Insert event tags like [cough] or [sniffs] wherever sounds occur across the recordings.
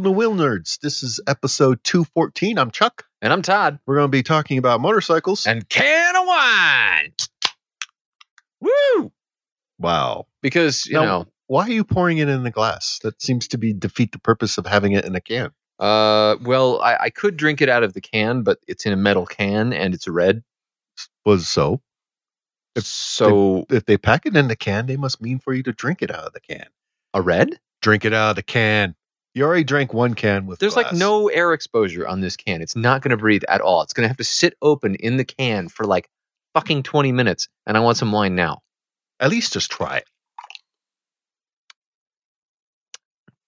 Nerds. This is episode 214. I'm Chuck. And I'm Todd. We're going to be talking about motorcycles. And can of wine. Woo! wow. Because, you Now, know, Why are you pouring it in the glass? That seems to be defeat the purpose of having it in a can. uh, well, I, I could drink it out of the can, but it's in a metal can and it's red. Was so. so, If they pack it in the can, they must mean for you to drink it out of the can. a red? Drink it out of the can. You already drank one can with There's like glass. no air exposure on this can. It's not going to breathe at all. It's going to have to sit open in the can for like fucking 20 minutes. And I want some wine now. At least just try it.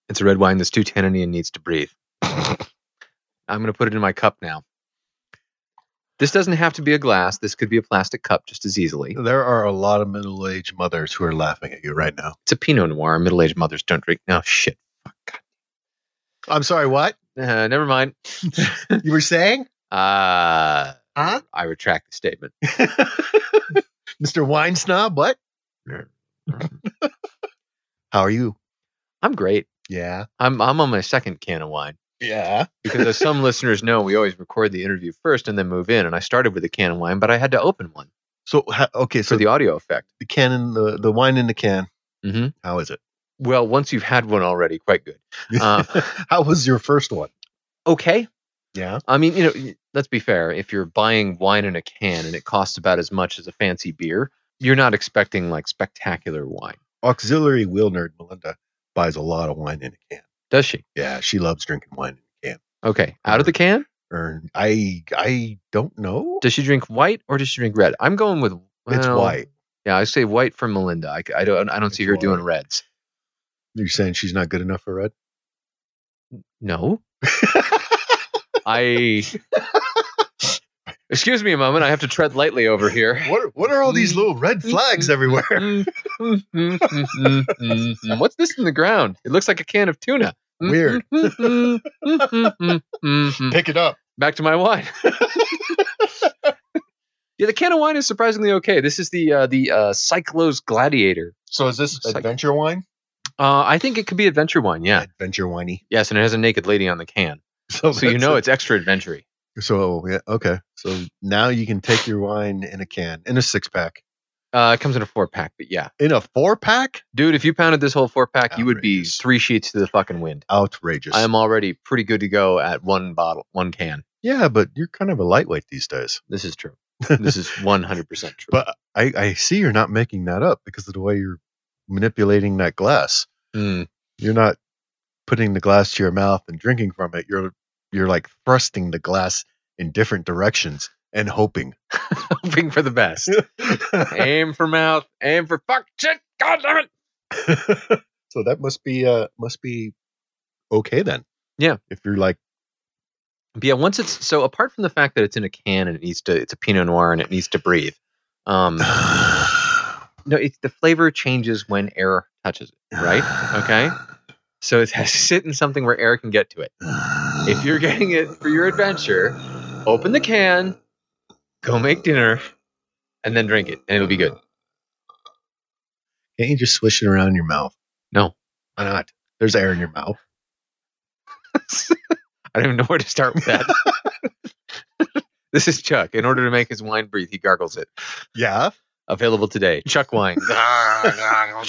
It's a red wine that's too tanniny and needs to breathe. I'm going to put it in my cup now. This doesn't have to be a glass. This could be a plastic cup just as easily. There are a lot of middle aged mothers who are laughing at you right now. It's a Pinot Noir. Middle aged mothers don't drink. No, shit. I'm sorry, what? Uh, never mind. You were saying? Uh, Huh? I retract the statement. Mr. Wine Snob, [laughs] what? How are you? I'm great. Yeah. I'm, I'm on my second can of wine. Yeah. Because as some listeners know, we always record the interview first and then move in. And I started with a can of wine, but I had to open one So ha- okay, so for the, the audio effect. the can in the the wine in the can. hmm How is it? Well, once you've had one already, quite good. Uh, [laughs] How was your first one? okay. Yeah. I mean, you know, y- let's be fair. If you're buying wine in a can and it costs about as much as a fancy beer, you're not expecting like spectacular wine, Auxiliary wheel nerd Melinda buys a lot of wine in a can. does she? Yeah, she loves drinking wine in a can. Okay, out of the can, Or I I don't know. does she drink white or does she drink red? I'm going with it's well, white. Yeah, I say white for Melinda. I, c- I don't I don't see It's her doing white. reds. You're saying she's not good enough for red? [laughs] No, I. Excuse me a moment. I have to tread lightly over here. what are- what are all Mm-hmm. these little red flags everywhere? Mm, mm, mm, mm, mm, mm, mm. What's this in the ground? It looks like a can of tuna. Mm, Weird. mm, mm, mm, mm, mm, mm, [laughs] mm. Pick it up. Back to my wine. yeah, the can of wine is surprisingly okay. This is the uh, the uh, Cyclos Gladiator. So is this It's like- adventure wine? Uh, I think it could be adventure wine. Yeah. Adventure winey. [laughs] Yes, and it has a naked lady on the can, So, so Oh, you that's know it. it's extra adventure. So yeah, okay. So now you can take your wine in a can, in a six pack, Uh, it comes in a four pack, but yeah, in a four pack. dude, if you pounded this whole four pack, you would be Outrageous. three sheets to the fucking wind. Outrageous. I am already pretty good to go at one bottle, one can. yeah, but you're kind of a lightweight these days. This is true. This is 100% true. But I, I see you're not making that up because of the way you're manipulating that glass. Mm, [laughs] You're not putting the glass to your mouth and drinking from it. You're you're like thrusting the glass in different directions and hoping. [laughs] hoping for the best. aim for mouth, aim for fuck shit, god damn it. so that must be uh must be okay then. Yeah. If you're like But yeah, once it's so apart from the fact that it's in a can and it needs to it's a Pinot Noir and it needs to breathe. Um no, it's the flavor changes when air touches it, [sighs] right? Okay? So it has to sit in something where air can get to it. If you're getting it for your adventure, open the can, go make dinner, and then drink it, and it'll be good. Can't you just swish it around in your mouth? No. Why not? There's air in your [laughs] mouth. I don't even know where to start with that. this is Chuck. In order to make his wine breathe, he gargles it. Yeah. Available today. Chuck wine. Ah,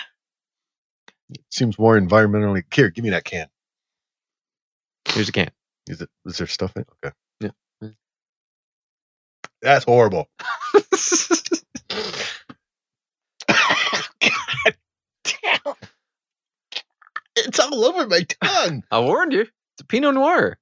[laughs] Seems more environmentally. Here, give me that can. Here's a can. Is it? Is there stuff in? it? Okay. Mm. Yeah. That's horrible. It's all over my tongue. I warned you. It's a Pinot Noir.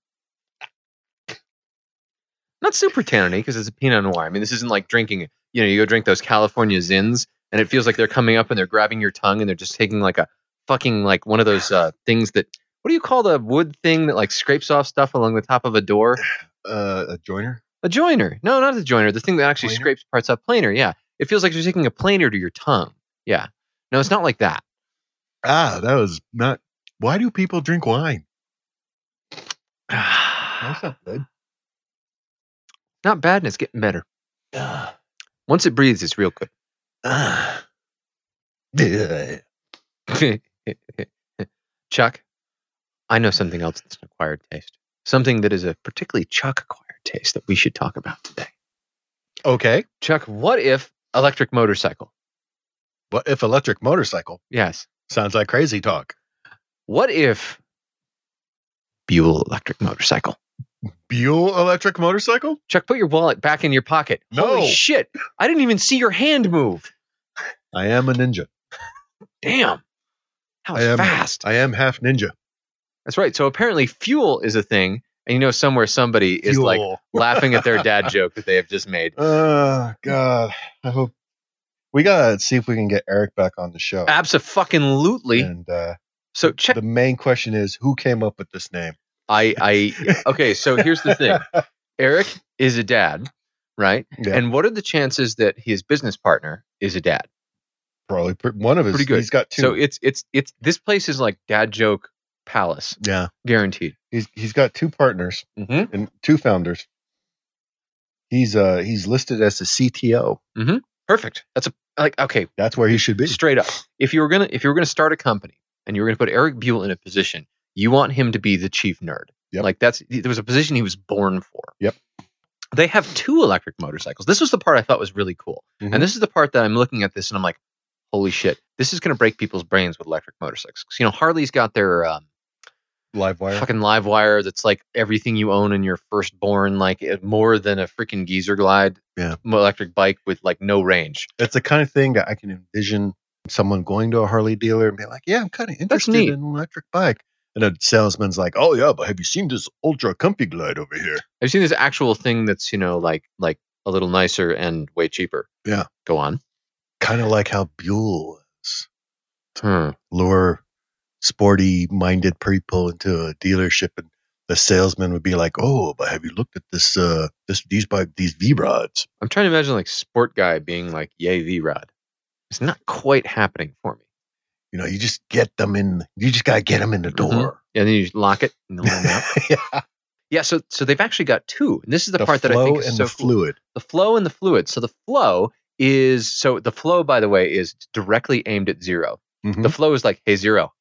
Not super tanniny because it's a Pinot Noir. I mean, this isn't like drinking. You know, you go drink those California Zins, and it feels like they're coming up and they're grabbing your tongue and they're just taking like a fucking like one of those uh, things that what do you call the wood thing that like scrapes off stuff along the top of a door? Uh, a joiner. A joiner. No, not a joiner. The thing that actually Planer? scrapes parts up. Planer. Yeah. It feels like you're taking a planer to your tongue. Yeah. No, it's not like that. Ah, that was not. Why do people drink wine? [sighs] not good. [sighs] not bad, and it's getting better. Once it breathes, it's real good. [laughs] Chuck, I know something else that's an acquired taste. Something that is a particularly Chuck acquired taste that we should talk about today. Okay. Chuck, what if electric motorcycle? What if electric motorcycle? Yes. Sounds like crazy talk. What if Buell electric motorcycle? Buell electric motorcycle? Chuck, put your wallet back in your pocket. No. Holy shit. I didn't even see your hand move. I am a ninja. Damn. That was I am- fast. I am half ninja. That's right. So apparently fuel is a thing. And you know somewhere somebody is like Fuel. laughing at their dad [laughs] joke that they have just made. Oh God. I hope we gotta see if we can get Eric back on the show. Abso-fucking-lutely. And uh, So check the main question is who came up with this name? I I okay, so here's [laughs] the thing. Eric is a dad, right? Yeah, And what are the chances that his business partner is a dad? probably pr- one of his. pretty good. He's got two. So it's it's it's this place is like dad joke palace, yeah, guaranteed. he's he's got two partners Mm-hmm. and two founders. He's uh he's listed as the CTO. Perfect. That's a like okay, That's where he should be. straight up. If you were gonna if you were gonna start a company and you were gonna put Eric Buell in a position, you want him to be the chief nerd. Yep. Like that's there was a position he was born for. Yep. They have two electric motorcycles. This was the part I thought was really cool. Mhm. And this is the part that I'm looking at this and I'm like, holy shit, this is going to break people's brains with electric motorcycles. 'Cause, You know, Harley's got their um, Live wire. fucking live wire that's like everything you own in your firstborn, like it- more than a freaking geezer glide Yeah. mo- electric bike with like no range. It's the kind of thing that I can envision someone going to a Harley dealer and be like, "Yeah, I'm kind of interested neat. in an electric bike." And a salesman's like, "Oh yeah, but have you seen this ultra comfy glide over here?" I've seen this actual thing that's, you know, like like a little nicer and way cheaper. Yeah. Go on. Kind of like how Buell is. Hmm. lure sporty minded people into a dealership and the salesman would be like, "Oh, but have you looked at this? Uh, this these bike these V rods? I'm trying to imagine like sport guy being like, yay, V Rod. It's not quite happening for me. You know, you just get them in. You just gotta get them in the Mm-hmm. door. And then you just lock it and they'll run out. [laughs] yeah. Yeah, so so they've actually got two, and this is the, part that I flow think is and so the cool. fluid. The flow and the fluid. So the flow is so the flow, by the way, is directly aimed at 0 Mm-hmm. The flow is like, hey, zero,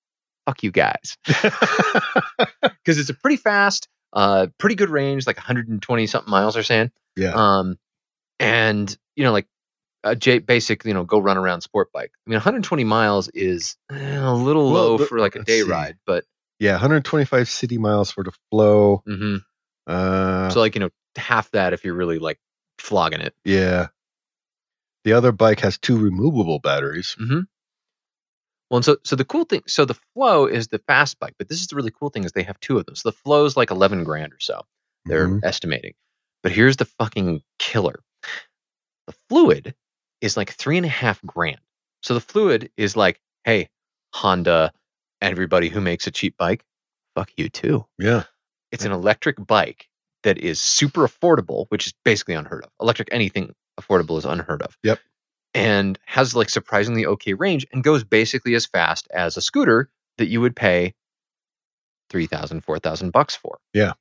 fuck [laughs] you guys, [laughs] because it's a pretty fast, uh, pretty good range, like 120 something miles they're saying. Yeah. Um, and you know, like a J basic, you know, go run around sport bike. I mean, 120 miles is eh, a little Well, low but- for like a let's day see. ride, but yeah, 125 city miles for the flow. mhm. Uh, so like you know, half that if you're really like flogging it. yeah. The other bike has two removable batteries. Well, and so so the cool thing, so the flow is the fast bike, but this is the really cool thing is they have two of them. So the flow is like eleven grand or so. They're Mhm. estimating, but here's the fucking killer: the fluid is like three and a half grand. So the fluid is like, hey, Honda, everybody who makes a cheap bike, fuck you too. yeah, It's an electric bike that is super affordable, which is basically unheard of. Electric anything affordable is unheard of. Yep. And has like surprisingly okay range and goes basically as fast as a scooter that you would pay 3000 4000 bucks for. Yeah.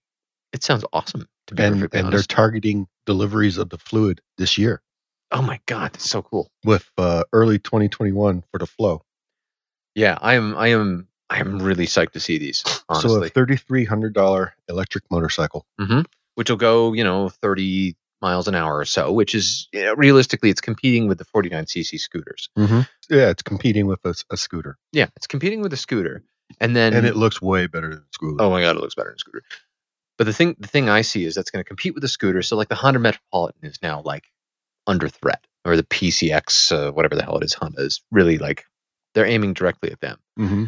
It sounds awesome to be and perfectly and they're honest. targeting deliveries of the fluid this year. oh my god, that's so cool. with uh, early 2021 for the flow. Yeah, I am I am I am really psyched to see these, [sniffs] So honestly. a $3,300 electric motorcycle. which will go, you know, 30 miles an hour or so, which is you know, realistically it's competing with the 49cc scooters. Yeah, it's competing with a, s- a scooter, Yeah, it's competing with a scooter, and then and, it looks way better than scooter. oh my god, it looks better than a scooter. But the thing, the thing I see is that's going to compete with the scooter. So like the Honda Metropolitan is now like under threat, or the PCX, uh, whatever the hell it is, Honda is really like they're aiming directly at them. hmm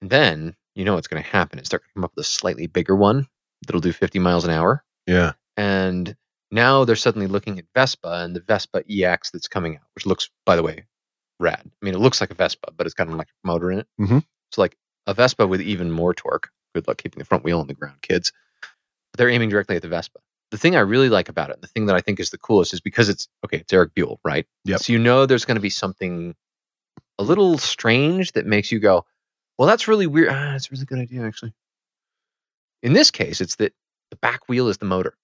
And then you know what's going to happen is they're going to come up with a slightly bigger one that'll do 50 miles an hour, Yeah, and now they're suddenly looking at Vespa and the Vespa EX that's coming out, which looks, by the way, rad. I mean, it looks like a Vespa, but it's got an electric motor in it. Mhm. So, like a Vespa with even more torque. Good luck keeping the front wheel on the ground, kids. But they're aiming directly at the Vespa. The thing I really like about it, and the thing that I think is the coolest, is because it's okay. It's Eric Buell, right? Yep. So you know there's going to be something a little strange that makes you go, "Well, that's really weird. Ah, that's a really good idea, actually." In this case, it's that the back wheel is the motor.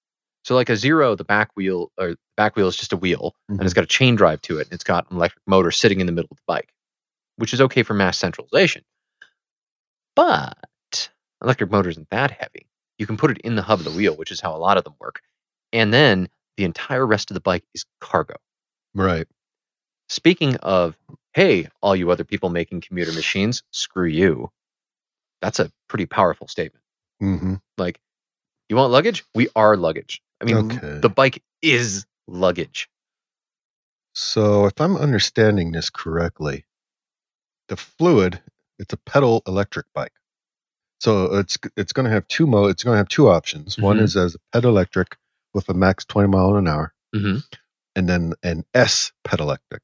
So like a zero, the back wheel or back wheel is just a wheel, and it's got a chain drive to it, and it's got an electric motor sitting in the middle of the bike, which is okay for mass centralization. But electric motor isn't that heavy. You can put it in the hub of the wheel, which is how a lot of them work. And then the entire rest of the bike is cargo. Right. Speaking of, hey, all you other people making commuter machines, screw you. That's a pretty powerful statement. Mm-hmm. Like, you want luggage? We are luggage. I mean, Okay. the bike is luggage. So, if I'm understanding this correctly, the fluid, it's a pedal electric bike. So it's it's going to have two mo it's going to have two options. One Mhm. is as a pedal electric with a max 20 mile an hour Mm-hmm. and then an S pedal electric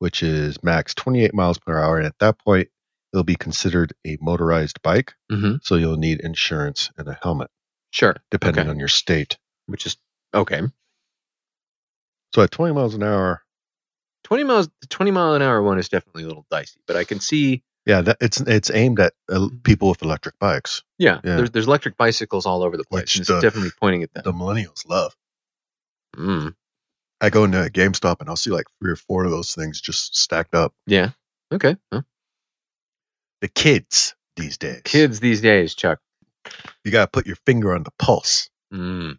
which is max 28 miles per hour and at that point it'll be considered a motorized bike. Mm-hmm. So you'll need insurance and a helmet Sure. depending Okay. on your state. Which is okay. So at 20 miles an hour, 20 miles, the 20 mile an hour one is definitely a little dicey, but I can see, yeah, that, it's it's aimed at uh, Mm-hmm. people with electric bikes. yeah, Yeah. There's, there's electric bicycles all over the place. Which and it's the- definitely pointing at them. The millennials love Mm. I go into GameStop and I'll see like three or four of those things just stacked up. Yeah. Okay. Well, The kids these days. kids these days, Chuck. You gotta put your finger on the pulse. Mm.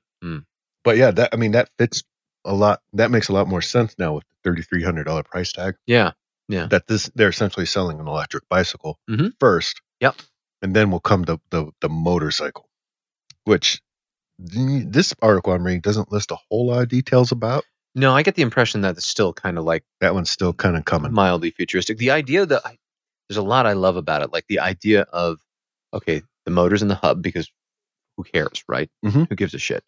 But yeah, that I mean that fits a lot that makes a lot more sense now with the thirty three hundred dollar price tag. Yeah. That this they're essentially selling an electric bicycle Mhm. first. Yep. And then will come the, the the motorcycle. Which th- this article I'm reading doesn't list a whole lot of details about. No, I get the impression that it's still kind of like That one's still kind of coming. mildly futuristic. The idea that I, there's a lot I love about it, like the idea of okay, the motors in the hub because who cares, right? Mhm. Who gives a shit?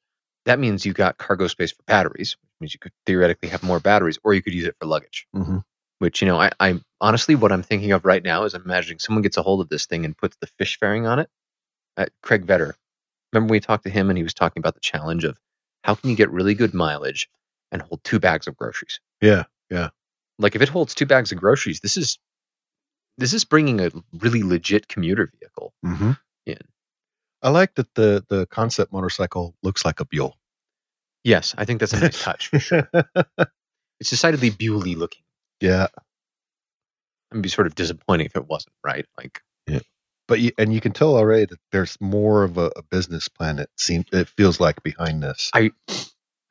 That means you got cargo space for batteries, which means you could theoretically have more batteries, or you could use it for luggage. Mhm. Which you know, I, I honestly, what I'm thinking of right now is I'm imagining someone gets a hold of this thing and puts the fish fairing on it. Uh, Craig Vetter, remember we talked to him and he was talking about the challenge of how can you get really good mileage and hold two bags of groceries Yeah. like if it holds two bags of groceries this is this is bringing a really legit commuter vehicle Mm-hmm. Yeah. I like that the the concept motorcycle looks like a Buell. [laughs] yes i think that's a [laughs] nice touch it's decidedly bewley looking yeah, it'd be sort of disappointing if it wasn't right like but you, and you can tell already that there's more of a, a business plan. It seems it feels like behind this. i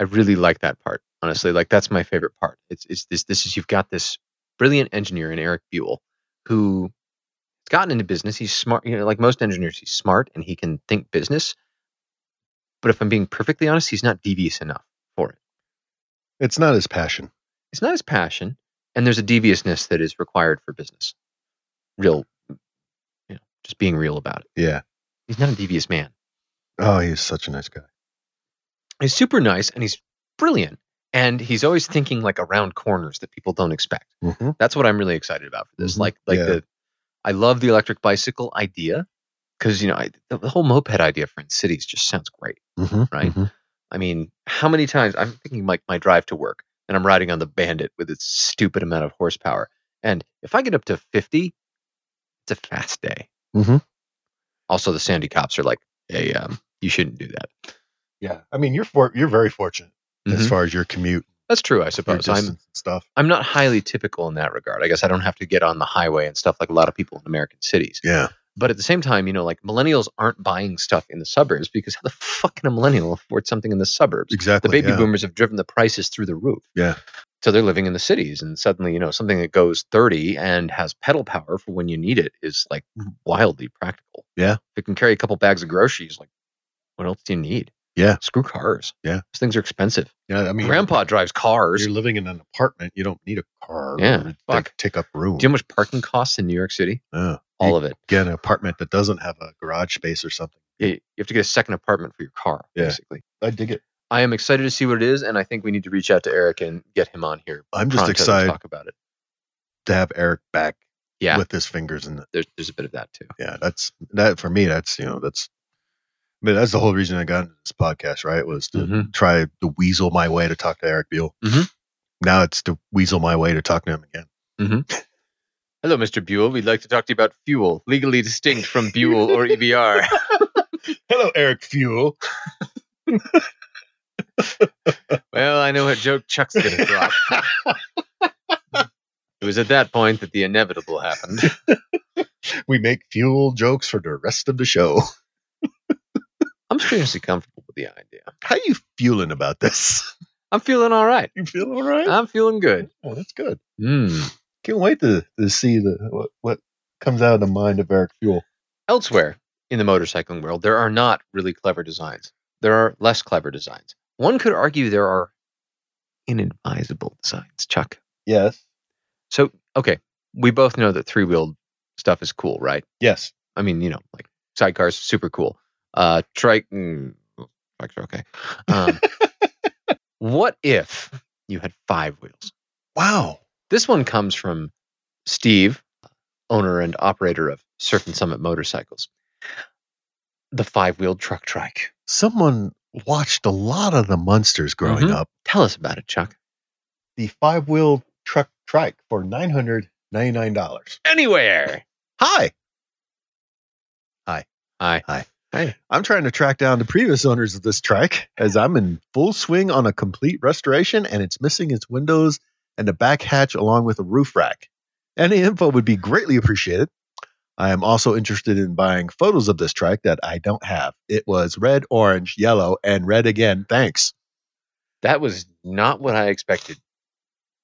i really like that part honestly like that's my favorite part it's it's this this is you've got this brilliant engineer in eric buell who has gotten into business he's smart you know like most engineers he's smart and he can think business but if i'm being perfectly honest he's not devious enough for it It's not his passion. it's not his passion, and there's a deviousness that is required for business. Real, you know, just being real about it. Yeah. He's not a devious man. Oh, he's such a nice guy. He's super nice and he's brilliant, and he's always thinking like around corners that people don't expect. Mm-hmm. That's what I'm really excited about for this. Mhm. Like, like Yeah. the, I love the electric bicycle idea because you know I, the the whole moped idea for in cities just sounds great. Mm-hmm. Right. I mean, how many times I'm thinking like my drive to work and I'm riding on the Bandit with its stupid amount of horsepower. And if I get up to 50, it's a fast day. Mhm. Also, the Sandy cops are like, hey, um, you shouldn't do that. Yeah. I mean, you're for, you're very fortunate as Mhm. far as your commute, That's true, I your suppose. distance I'm, and stuff. I'm not highly typical in that regard. I guess I don't have to get on the highway and stuff like a lot of people in American cities. Yeah. But at the same time, you know, like millennials aren't buying stuff in the suburbs because how the fuck can a millennial afford something in the suburbs? Exactly. the baby yeah. boomers have driven the prices through the roof. Yeah. So they're living in the cities, and suddenly, you know, something that goes 30 and has pedal power for when you need it is like wildly practical. Mm-hmm. Yeah. If it can carry a couple bags of groceries, like, what else do you need? Yeah. Screw cars. Yeah. Those things are expensive. Yeah. I mean, Grandpa drives cars. you're living in an apartment. You don't need a car. Yeah, Or fuck. take, take up room. Do you know how much parking costs in New York City? Yeah. All of it. Oh, Get an apartment that doesn't have a garage space or something. You you have to get a second apartment for your car, Yeah. basically. I dig it. I am excited to see what it is, and I think we need to reach out to Eric and get him on here. I'm just pronto to excited talk about it. to have Eric back Yeah. with his fingers in it. There's, there's a bit of that too. Yeah, that's that for me. That's you know that's, I mean that's the whole reason I got into this podcast. Right, was to Mhm. try to weasel my way to talk to Eric Buell. Mhm. Now it's to weasel my way to talk to him again. Hello, Mr. Buell. We'd like to talk to you about fuel, legally distinct from Buell or E EBR. Hello, Eric Fuel. well, I know a joke Chuck's going to drop. it was at that point that the inevitable happened. we make fuel jokes for the rest of the show. [laughs] I'm strangely comfortable with the idea. How you feeling about this? [laughs] I'm feeling all right. You feel all right? I'm feeling good. oh, that's good. Mm. Can't wait to, to see the what, what comes out of the mind of Eric Fuel. Elsewhere in the motorcycling world, there are not really clever designs. There are less clever designs. One could argue there are inadvisable designs, Chuck. Yes. So, okay, we both know that three wheeled stuff is cool, right? Yes. I mean, you know, like sidecars, super cool. Uh, trike, mm, trikes are okay. Um, what if you had five wheels? Wow. This one comes from Steve, owner and operator of Surf and Summit Motorcycles. The five wheeled truck trike. Someone watched a lot of the monsters growing Mhm. up. Tell us about it, Chuck. The five wheel truck trike for nine hundred ninety nine dollars. Anywhere. Hi. Hi. I'm trying to track down the previous owners of this trike as I'm in full swing on a complete restoration and it's missing its windows and the back hatch along with a roof rack. Any info would be greatly appreciated. I am also interested in buying photos of this trike that I don't have. It was red, orange, yellow, and red again. Thanks. That was not what I expected.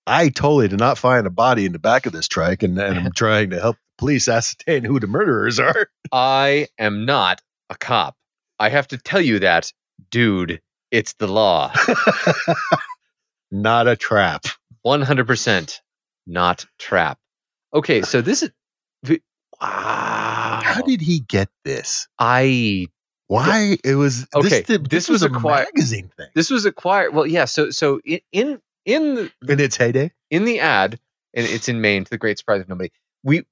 I totally did not find a body in the back of this trike and, and [laughs] I'm trying to help the police ascertain who the murderers are. [laughs] I am not a cop. I have to tell you that, dude, it's the law. Not a trap. 100% not trap. Okay, so this is. vi- Wow. How did he get this? I. Why it was Okay, This, did- this this was was, a, a quiet- magazine thing This was acquired. Well, yeah, so so in in in the, in its heyday. in the ad, and it's in Maine to the great surprise of nobody. We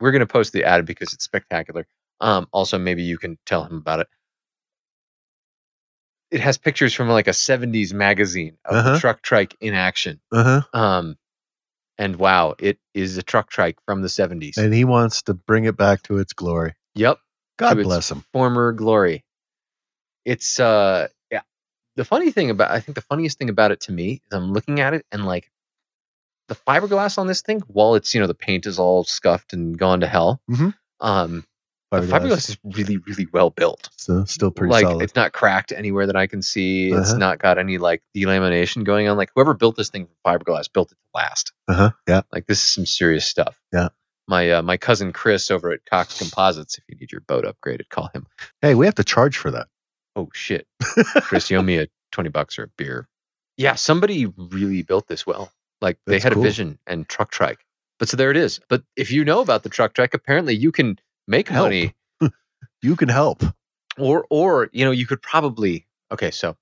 we're gonna post the ad because it's spectacular. Um, also maybe you can tell him about it. It has pictures from like a '70s magazine of Uh-huh. the truck trike in action. Uh huh. Um, and wow, it is a truck trike from the '70s. And he wants to bring it back to its glory. yep, God To its bless him. former glory. It's uh, yeah. The funny thing about I think the funniest thing about it to me is I'm looking at it and like the fiberglass on this thing, while it's you know the paint is all scuffed and gone to hell, Mhm. um, the Fiberglass. fiberglass is really really well built. So, still pretty like solid. it's not cracked anywhere that I can see. It's Uh-huh. not got any like delamination going on. Like whoever built this thing from fiberglass built it to last. Uh huh. Yeah. Like this is some serious stuff. Yeah. My uh, my cousin Chris over at Cox Composites. If you need your boat upgraded, call him. Hey, we have to charge for that. oh shit, Chris, you [laughs] owe me a twenty bucks or a beer. Yeah, somebody really built this well. Like they That's had cool. a vision and truck trike. But so there it is. But if you know about the truck trike, apparently you can make Help. money, You can help. or or you know you could probably okay. So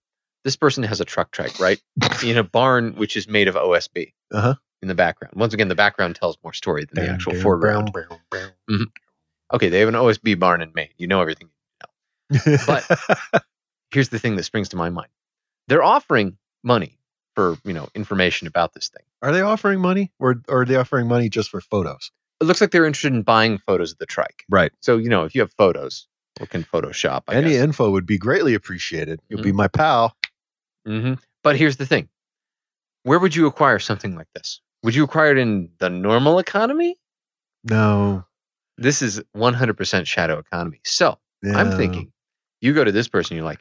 this person has a truck trike right in a barn which is made of OSB Uh-huh. in the background. Once again, the background tells more story than the actual foreground. Brown, brown, brown. Okay, they have an OSB barn in Maine. You know everything But- here's the thing that springs to my mind. They're offering money for, you know, information about this thing. [laughs] are they offering money, or, or are they offering money just for photos? It looks like they're interested in buying photos of the trike. Right. So, you know, if you have photos, look can Photoshop. I Any guess. Mm-hmm. info would be greatly appreciated. You'll be my pal. hmm But here's the thing. Where would you acquire something like this? Would you acquire it in the normal economy? No, This is 100% shadow economy. So, I'm Yeah. thinking you go to this person, you're like,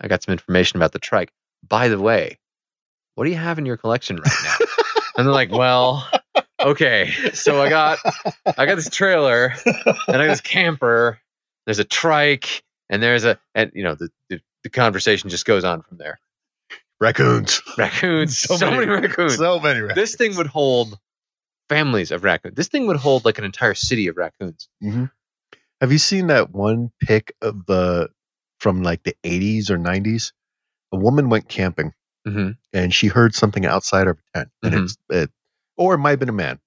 I got some information about the trike. By the way, what do you have in your collection right now? and they're like, Well, okay, so I got I got this trailer and I got this camper. There's a trike and there's a and you know the the, the conversation just goes on from there. raccoons. Raccoons, So so, many- many, raccoons. So many raccoons. this thing would hold families of raccoons. This thing would hold like an entire city of raccoons. Have you seen that one pic of the from like the 80s or 90s? A woman went camping hmm and she heard something outside her tent, and Mhm. it's it, or it might have been a man.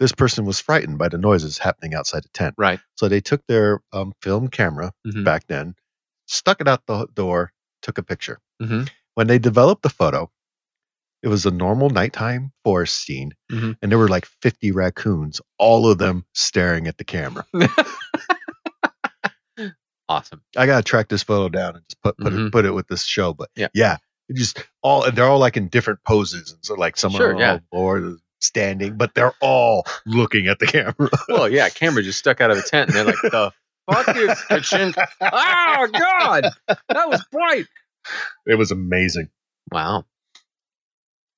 This person was frightened by the noises happening outside the tent, Right. so they took their um, film camera Mhm. back then, stuck it out the door, took a picture. Mhm. When they developed the photo, it was a normal nighttime forest scene, Mhm. and there were like 50 raccoons, all of them staring at the camera. Awesome. I gotta track this photo down and just put put it Mhm. put it with this show. But Yeah. yeah, it just all and they're all like in different poses, and so like someone Sure, all yeah. bored, standing, but they're all looking at the [laughs] camera. Well, yeah, camera just stuck out of the tent, and they're like, "The fuck is kitchen? Oh God, that was bright! It was amazing. Wow."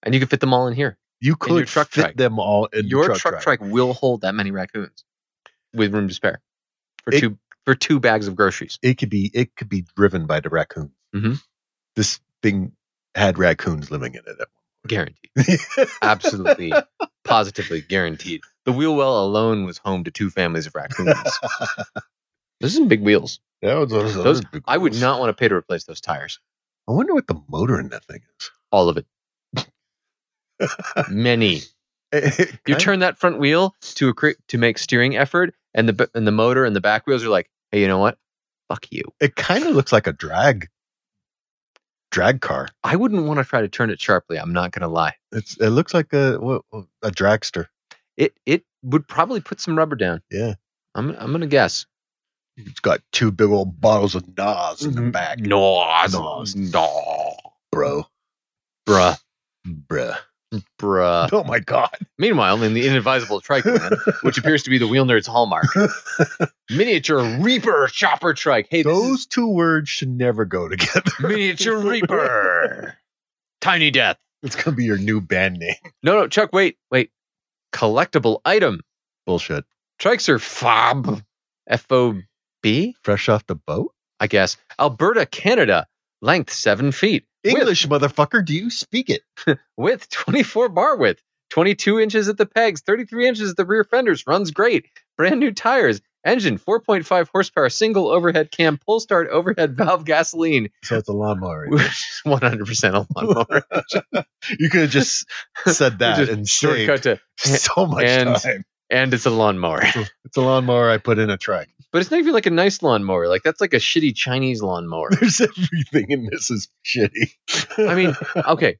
And you can fit them all in here. You could truck fit trike. them all in Your the truck, trike will hold that many raccoons with room to spare for It- two for two bags of groceries. It could be it could be driven by the raccoon. Mhm. This thing had raccoons living in it. [laughs] Guaranteed, absolutely, positively guaranteed. The wheel well alone was home to two families of [laughs] raccoons. Those are big wheels. that was, those, Those I would not want to pay to replace those tires. I wonder what the motor in that thing is. All of it. [laughs] Many. You turn that front wheel to a, cre- to make steering effort, and the b- and the motor and the back wheels are like, hey, you know what? Fuck you. It kind of looks like a drag drag car. I wouldn't want to try to turn it sharply. I'm not gonna lie. It's it looks like a what, what- a dragster. It it would probably put some rubber down. Yeah. I'm I'm gonna guess. It's got two big old bottles of Nas in the Mhm. back, No, no, Nos. no, bro, bruh, bruh. bruh. [laughs] Oh my god! Meanwhile, in the inadvisable [laughs] trike land, which appears to be the wheel nerd's hallmark, miniature reaper chopper trike. Hey, this is- Those two words should never go together. [laughs] Miniature [laughs] Reaper. Tiny Death. It's gonna be your new band name. No, no, Chuck, wait, wait. Collectible item. Bullshit. Trikes are FOB. F O B, Fresh off the boat. I guess. Alberta, Canada. Length seven feet. English, motherfucker. Do you speak it? Width, [laughs] width 24 bar width. 22 inches at the pegs, 33 inches at the rear fenders. Runs great. Brand new tires. Engine 4.5 horsepower, single overhead cam, pull start, overhead [laughs] valve, gasoline. So it's a lawnmower. Which is 100% a lawnmower. [laughs] you could have [laughs] just said that Just and Shortcut saved [laughs] to, so much and- time. and it's a lawnmower. [laughs] It's a lawnmower I put in a truck. But it's not even like a nice lawnmower. Like that's like a shitty Chinese [laughs] lawnmower. There's everything in this is shitty. I mean, okay.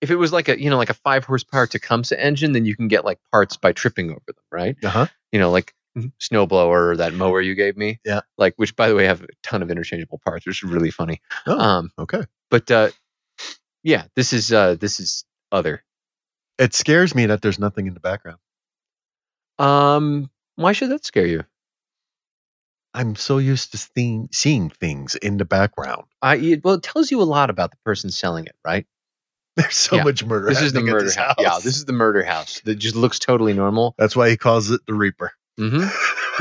If it was like a you know like a five horsepower Tecumseh engine, then you can get like parts by tripping over them, right? uh-huh. Mm-hmm. You know, like snowblower or that mower you gave me. Yeah. Like which by the way have a ton of interchangeable parts, which is really funny. Oh. Um Okay. but uh yeah, this is uh this is other. It scares me that there's nothing in the background. Um why should that scare you? I'm so used to seeing, seeing things in the background. [laughs] I it, well it tells you a lot about the person selling it, right? There's so Yeah. much murder. This is the happening at murder this house. Yeah, this is the murder house that just looks totally normal. That's why he calls it the Reaper. hmm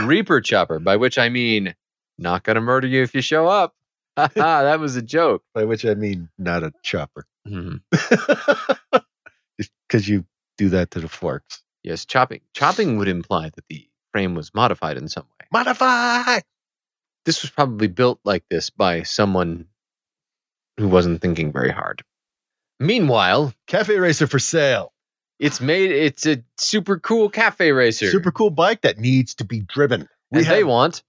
Reaper Chopper, by which I mean, not gonna murder you if you show up. Ha ha, that was a joke. By which I mean not a chopper. [laughs] Mhm. Because you do that to the forks. Yes, chopping. Chopping would imply that the frame was modified in some way. Modify. This was probably built like this by someone who wasn't thinking very hard. Meanwhile, Cafe racer for sale. it's made. It's a super cool cafe racer. Super cool bike that needs to be driven. and they have- want.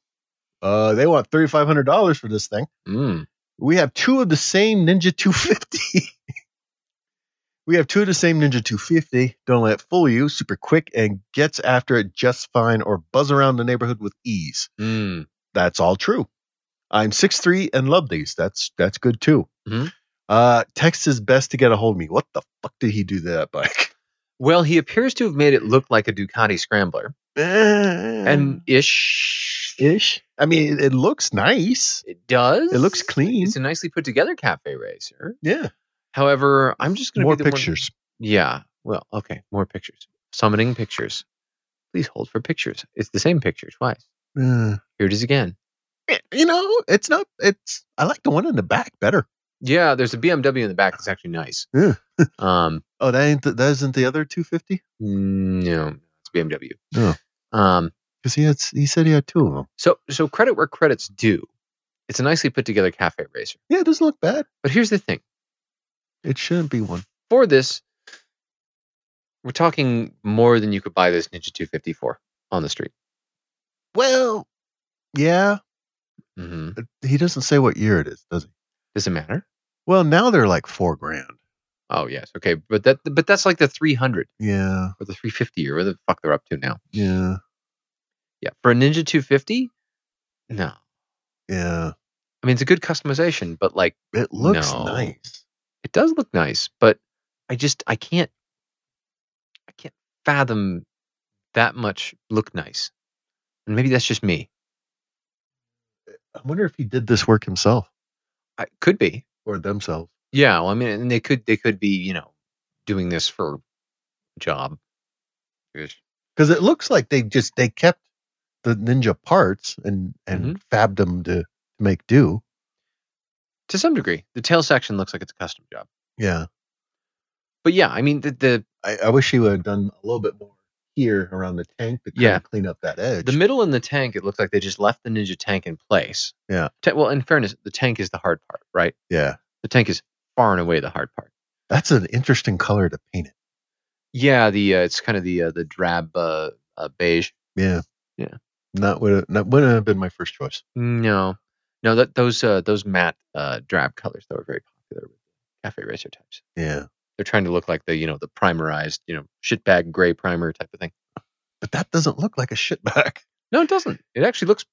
uh, they want thirty five hundred dollars for this thing. Mm, We have two of the same Ninja 250. [laughs] we have two of the same Ninja 250. Don't let it fool you. Super quick and gets after it just fine or buzz around the neighborhood with ease. mm. That's all true. I'm 6'3 and love these. That's that's good too. Mhm. Uh, text is best to get a hold of me. What the fuck did he do to that bike? [laughs] Well, he appears to have made it look like a Ducati Scrambler, and and ish. ish. I mean, it, it looks nice. It does. It looks clean. It's a nicely put together cafe racer. yeah. However, I'm just going to More be the one- pictures. Yeah. Well, okay. More pictures. Summoning pictures. Please hold for pictures. It's the same picture twice. Uh, Here it is again. Eh, you know, it's not. It's. I like the one in the back better. Yeah, there's a BMW in the back. It's actually nice. [laughs] Yeah. um. Oh, that ain't the, that isn't the other 250 No, it's BMW. Oh. Um. because he had he said he had two of them. So so credit where credits due. It's a nicely put together cafe racer. Yeah, it doesn't look bad. But here's the thing. It shouldn't be one. For this, we're talking more than you could buy this Ninja 254 on the street. Well, yeah, Mm-hmm. but he doesn't say what year it is, does he? Does it matter? Well, now they're like four grand. Oh yes, okay, but that but that's like the 300 Yeah, or the 350 or where the fuck they're up to now. yeah, Yeah, for a Ninja 250, no. yeah. I mean, it's a good customization, but like It looks No. nice. it does look nice, but I just I can't I can't fathom that much look nice. And maybe that's just me. I wonder if he did this work himself I could be. or themselves. Yeah, well, I mean, and they could they could be you know doing this for a job. Ish. Because it looks like they just they kept the ninja parts and and fabbed them to make do. To some degree, the tail section looks like it's a custom job. Yeah, But yeah, I mean the the, I, I wish he would have done a little bit more here around the tank to kinda Yeah. clean up that edge. the middle and the tank, it looked like they just left the ninja tank in place. Yeah. Ta- well, in fairness, the tank is the hard part, right? yeah, The tank is far and away the hard part. that's an interesting color to paint it. Yeah, the uh, it's kind of the uh, the drab uh, uh, beige. Yeah, Yeah. Not would not wouldn't have been my first choice. No, no, that those uh, those matte uh, drab colors that were very popular with cafe racer types. Yeah, They're trying to look like the you know the primerized you know shitbag gray primer type of thing. but that doesn't look like a shitbag. No, it doesn't. It actually looks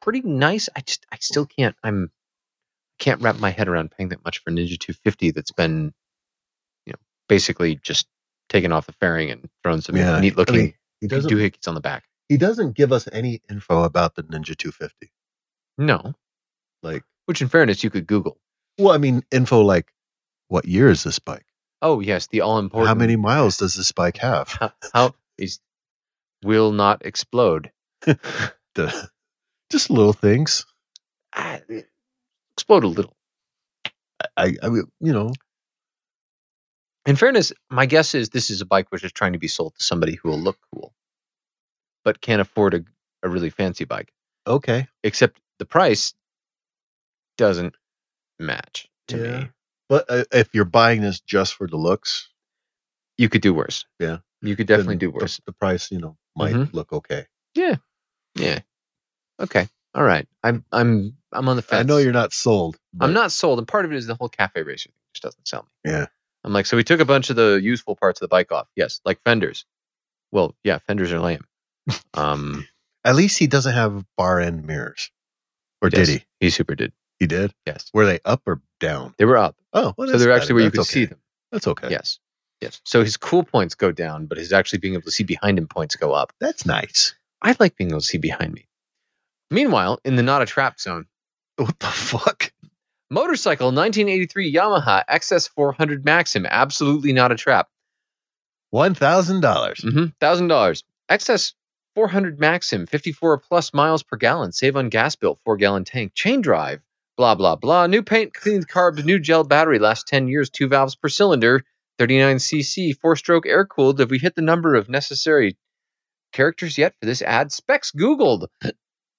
pretty nice. I just I still can't I'm can't wrap my head around paying that much for Ninja 250 that's been you know basically just taken off the fairing and thrown some Yeah, neat I looking mean, he doesn't. doohickeys on the back. he doesn't give us any info about the Ninja 250. No, Like, which in fairness you could Google. well, I mean, info like what year is this bike? Oh yes, the all important How many miles does this bike have? [laughs] how, how is will not explode. The- just little things. Ah, explode a little. I, I, mean, you know, In fairness, my guess is this is a bike which is trying to be sold to somebody who will look cool, but can't afford a, a really fancy bike. okay. Except the price doesn't match to Yeah. me. But uh, if you're buying this just for the looks, You could do worse. Yeah. You could definitely then do the- worse. The, price, you know, might Mhm. look okay. yeah. Okay. All right. I'm I'm I'm on the fence. I know you're not sold. but I'm not sold, and part of it is the whole cafe racer thing just doesn't sell me. Yeah. I'm like, so we took a bunch of the useful parts of the bike off. Yes, like fenders. Well, yeah, fenders are [laughs] lame. Um, At least he doesn't have bar end mirrors. Or yes, did he? He super did. He did. Yes, Were they up or down? they were up, Oh, well, so that's they're better. actually where you That's okay. could see them. That's okay. Yes, yes. So his cool points go down, but his actually being able to see behind him points go up. That's nice. I like being able to see behind me. Meanwhile, in the not a trap zone, What the fuck? motorcycle 1983 Yamaha XS400 Maxim, absolutely not a trap. One thousand Mm. dollars. Thousand dollars. Excess 400 Maxim, 54 plus miles per gallon. Save on gas bill, four gallon tank, chain drive. Blah blah blah. New paint, clean carbs, new gel battery. Last 10 years, two valves per cylinder, 39 cc, four stroke air cooled. Have we hit the number of necessary characters yet for this ad? Specs Googled.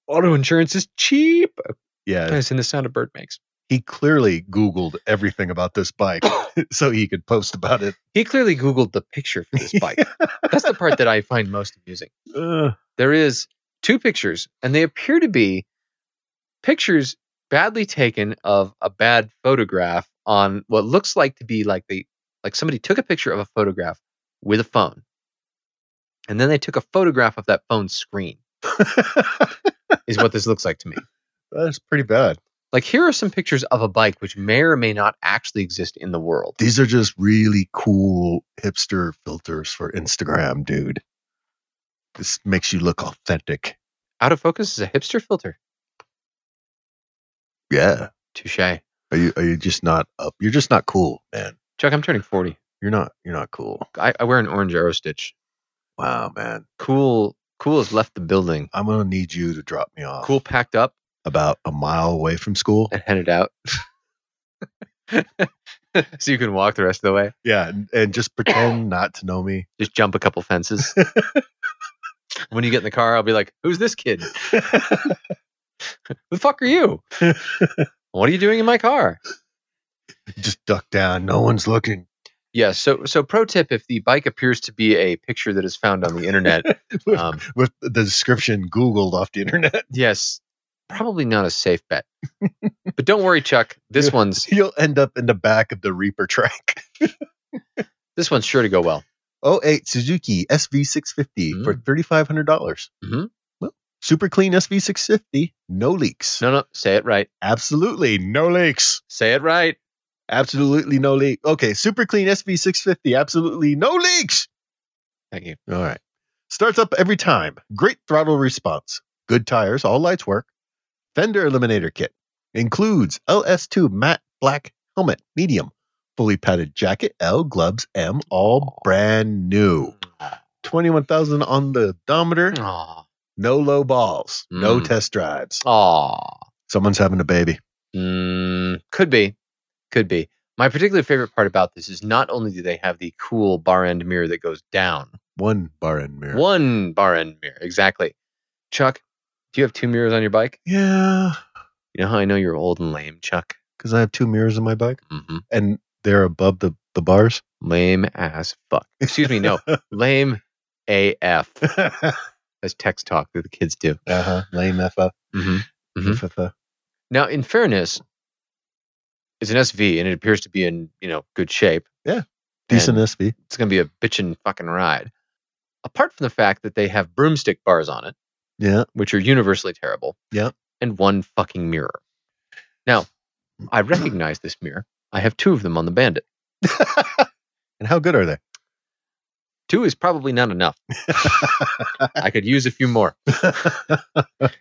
Auto insurance is cheap. Yeah, Guys, in the sound a bird makes. he clearly Googled everything about this [coughs] bike [laughs] so he could post about it. He clearly Googled the picture for this bike. That's the part that I find most amusing. Uh, there is two pictures and they appear to be pictures badly taken of a bad photograph on what looks like to be like the like somebody took a picture of a photograph with a phone and then they took a photograph of that phone screen is what this looks like to me [laughs] that's pretty bad. like here are some pictures of a bike which may or may not actually exist in the world These are just really cool hipster filters for Instagram, dude. This makes you look authentic. out of focus is a hipster filter Yeah. touche chuck Are you are you just not up? You're just not cool, man. i'm turning 40 You're not you're not cool. i, I wear an orange arrow stitch Wow, man. cool cool has left the building I'm gonna need you to drop me off cool packed up about a mile away from [laughs] school. and headed out. so you can walk the rest of the way. Yeah, and, and just pretend not to know [laughs] me. Just jump a couple fences. when you get in the car, I'll be like, Who's this kid? Who the fuck are you? what are you doing in my car? Just duck down. No one's looking. Yeah, so so pro tip if the bike appears to be a picture that is found on the internet, um, with the description Googled off the internet, [laughs] yes, probably not a safe bet. But don't worry, Chuck. This one's you'll end up in the back of the Reaper track. [laughs] this one's sure to go well. 08 Suzuki SV650 for Mm. $3,500. Mhm. Well, super clean SV650, no leaks. No, no, say it right. Absolutely no leaks. Say it right. Absolutely no leak. Okay, super clean SV650, absolutely no leaks. Thank you. All right. Starts up every time. Great throttle response. Good tires. All lights work. Fender Eliminator Kit includes LS2 matte black helmet, medium, fully padded jacket, L gloves, M, all brand new. 21,000 on the odometer. Aw. No low balls. No Mm. test drives. Aw. Someone's having a baby. Mm, could be. Could be. My particular favorite part about this is not only do they have the cool bar end mirror that goes down, One bar end mirror. one bar end mirror. Exactly. Chuck, do you have two mirrors on your bike? Yeah. You know how I know you're old and lame, Chuck? Because I have two mirrors on my bike hmm and they're above the, the [laughs] bars. Lame as fuck. Excuse me, no. lame AF. uh That's text talk that the kids do. huh. Lame FF. Mm-hmm. Mhm. FF. Now, in fairness, it's an SV and it appears to be in, you know, good shape. Decent SV. It's going to be a bitchin' fucking ride. Apart from the fact that they have broomstick bars on it, Yeah. which are universally terrible. Yeah. And one fucking mirror. Now, I recognize this mirror. I have two of them on the Bandit. and how good are they? Two is probably not enough. I could use a few more.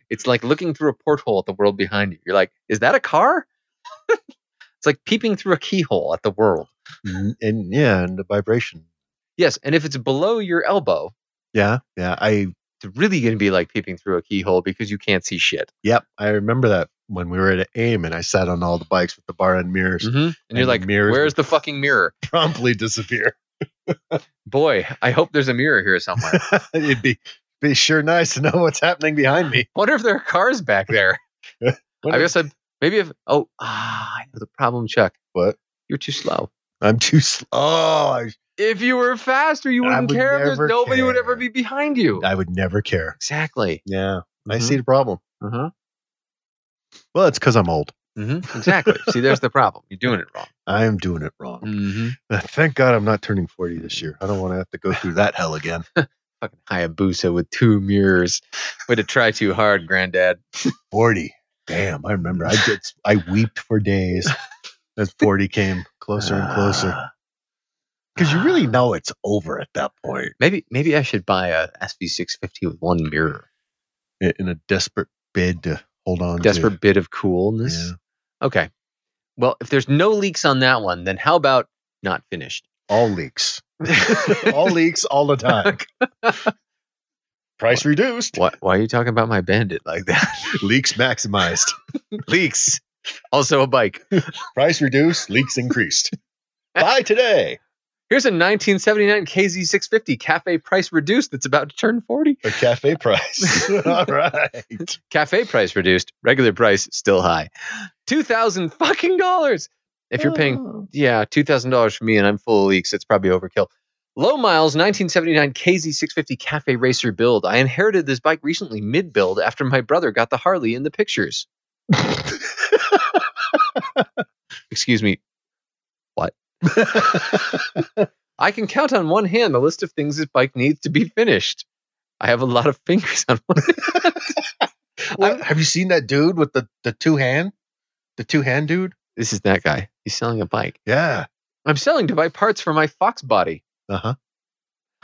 It's like looking through a porthole at the world behind you. You're like, is that a car? [laughs] it's like peeping through a keyhole at the world. Mm-hmm. and, and yeah, and the vibration. Yes, and if it's below your elbow, Yeah. Yeah. I it's really going to be like peeping through a keyhole because you can't see shit. Yep, I remember that when we were at AIM and I sat on all the bikes with the bar end mirrors Mm-hmm. And, you're And like, mirrors where's the fucking mirror? [laughs] promptly disappear. [laughs] Boy, I hope there's a mirror here somewhere. It'd be be sure nice to know what's happening behind me. Wonder if there are cars [laughs] back there. I Wonder- guess I maybe if oh ah I know the problem, Chuck. [laughs] What? You're too slow. I'm too slow. Oh, If you were faster, you I wouldn't would care. There's never nobody would care. ever be behind you. I, I would never care. Exactly. Mm-hmm. Yeah, I see the problem. Uh-huh. Well, it's because I'm old. hmm [laughs] Exactly. See, there's the problem. You're doing it wrong. I am doing it wrong. Mm-hmm. Uh, Thank God I'm not turning 40 this year. I don't want to have to go through that hell again. Fucking Hayabusa with two mirrors. Way to try too hard, Granddad. 40. Damn, I remember. I did. I weeped for days as 40 came closer and closer. Ah. Because you really know it's over at that point. Maybe maybe I should buy a SV650 with one mirror. i- in a desperate bid to hold on Desperate to. bit of coolness. Yeah. Okay. Well, if there's no leaks on that one, then how about not finished? all leaks all leaks all the [laughs] time price reduced why, why are you talking about my bandit like that? [laughs] leaks maximized leaks. Also a bike. price reduced leaks increased buy today Here's a 1979 KZ650 cafe price reduced that's about to turn 40. for cafe price [laughs] all right Cafe price reduced, regular price still high. 2000 fucking dollars. If you're paying yeah, two thousand dollars for me, and I'm full of leaks. It's probably overkill. Low miles, 1979 KZ650 Cafe Racer build. I inherited this bike recently, mid build, after my brother got the Harley in the [laughs] pictures. Excuse me. [laughs] I can count on one hand the list of things this bike needs to be finished. I have a lot of [laughs] fingers on one. What- have you seen that dude with the the two hand the two hand dude This is that guy. He's selling a bike. yeah I'm selling to buy parts for my Fox body. uh-huh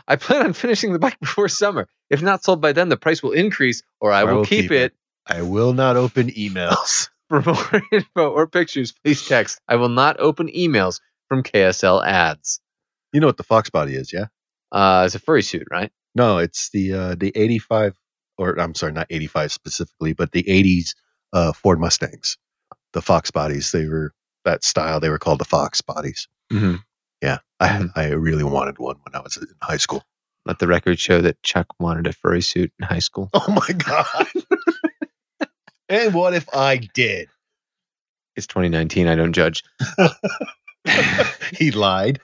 I plan on finishing the bike [laughs] before summer. If not sold by then, the price will increase, or I, will, keep, it. i will not open emails For [laughs] more info or pictures, please text. I will not open emails from KSL ads. [laughs] you know what the fox body is yeah Uh, it's a furry suit, right? No, it's the uh, the eighty five, or I'm sorry, not eighty five specifically, but the eighties uh, Ford Mustangs, the Fox bodies. They were that style. They were called the Fox bodies. Mm-hmm. I Mhm. I really wanted one when I was in high school. [laughs] Let the record show that Chuck wanted a furry suit in high school. Oh my god! [laughs] and what if I did? [laughs] It's 2019. I don't judge. he lied.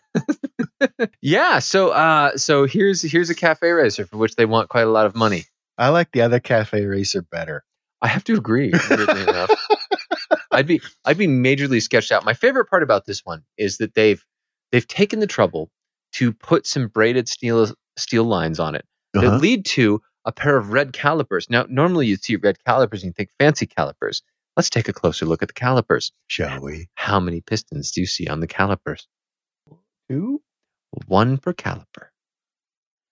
Yeah. So, uh, so here's here's a cafe racer for which they want quite a lot of money. I like the other cafe racer better. I have to agree. Weirdly [laughs] enough, I'd be I'd be majorly sketched out. My favorite part about this one is that they've they've taken the trouble to put some braided steel steel lines on it. that Uh-huh. lead to a pair of red calipers. Now, normally you'd see red calipers and you think fancy calipers. Let's take a closer look at the calipers. Shall we? How many pistons do you see on the calipers? Two. One per caliper.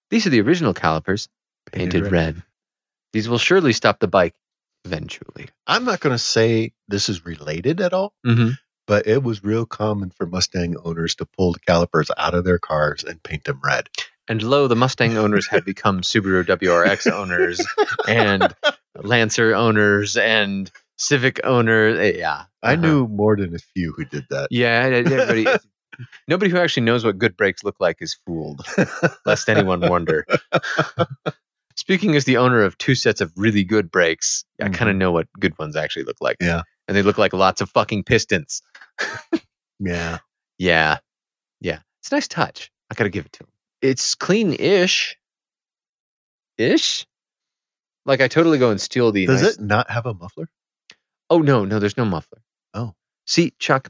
These are the original calipers, painted, red. These will surely stop the bike eventually. I'm not going to say this is related at all, Mm-hmm. but it was real common for Mustang owners to pull the calipers out of their cars and paint them red. And lo, the Mustang owners had become Subaru WRX owners and Lancer owners and Civic owners. Eh, Yeah. I Uh-huh. knew more than a few who did that. Yeah. and Everybody, [laughs] nobody who actually knows what good brakes look like is fooled, lest anyone [laughs] wonder. Speaking as the owner of two sets of really good brakes, I kind of know what good ones actually look like. Mm-hmm. Yeah. And they look like lots of fucking pistons. Yeah. Yeah. Yeah. It's a nice touch. I got to give it to him. It's clean ish. Ish? Like, I totally go and steal the. Does nice- it not have a muffler? Oh, no, no, there's no muffler. Oh. See, Chuck,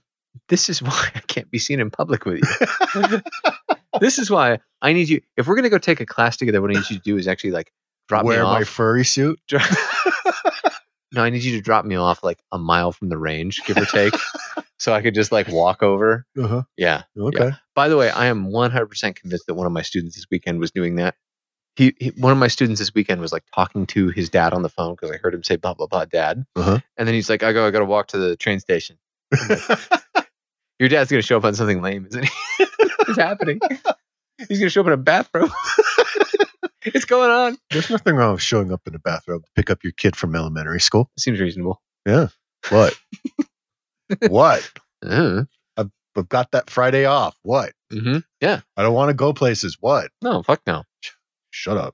this is [laughs] why I can't be seen in public with [laughs] you. this is why I need you. If we're going to go take a class together, what I need you to do is actually, like, drop Wear me my off. furry suit? no, I need you to drop me off, like, a mile from the range, give [laughs] or take, so I could just, like, walk over. Uh-huh. Yeah. Okay. By the way, I am 100% convinced that one of my students this weekend was doing that. He, he one of my students this weekend was like talking to his dad on the phone because I heard him say blah blah blah dad, Uh-huh. and then he's like, I go, I got to walk to the train station. Your dad's gonna show up on something lame, isn't he? [laughs] it's happening. [laughs] He's gonna show up in a bathrobe. [laughs] it's going on. [laughs] There's nothing wrong with showing up in a bathrobe to pick up your kid from elementary school. Seems reasonable. [laughs] What? what? Uh-huh. I've got that Friday off. What? hmm I don't want to go places. What? No, fuck no. Shut up.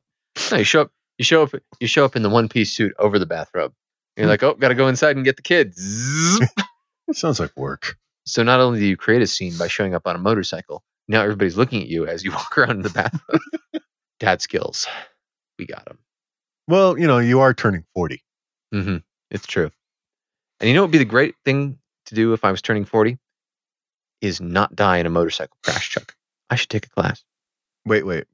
No, you show up. You show up. You show up in the one piece suit over the bathrobe. You're like, oh, gotta go inside and get the kids. [laughs] Zzz. Sounds like work. So not only do you create a scene by showing up on a motorcycle, now everybody's looking at you as you [laughs] walk around in the [laughs] bathroom. Dad skills, we got him. Well, you know, you are turning 40. Mm-hmm. It's true. And you know what would be the great thing to do if I was turning forty? Is not die in a motorcycle crash, Chuck. I should take a class. Wait, wait.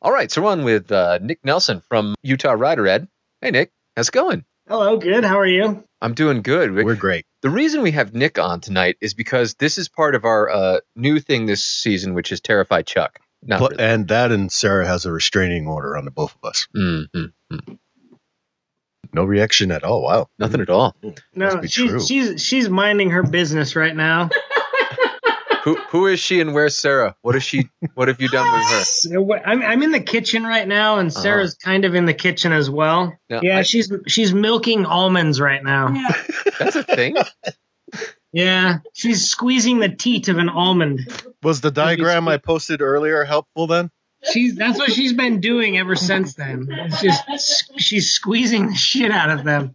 All right, so we're on with uh, Nick Nelson from Utah Rider Ed. Hey, Nick, how's it going? Hello, good. How are you? I'm doing good. We're great. The reason we have Nick on tonight is because this is part of our uh, new thing this season, which is Terrify Chuck. Not Pl- really. And that and Sarah has a restraining order on the both of us. Mm-hmm. No reaction at all. Wow. Nothing at all. Must No, be she's true. she's she's minding her business right now. Who who is she and where's Sarah? What is she? What have you done with her? So, wh- I'm I'm in the kitchen right now, and Uh-huh. Sarah's kind of in the kitchen as well. No, yeah, I- she's she's milking almonds right now. Yeah. That's a thing. she's squeezing the teat of an almond. Was the diagram I posted earlier helpful then? She's that's what she's been doing ever since then. She's she's squeezing the shit out of them.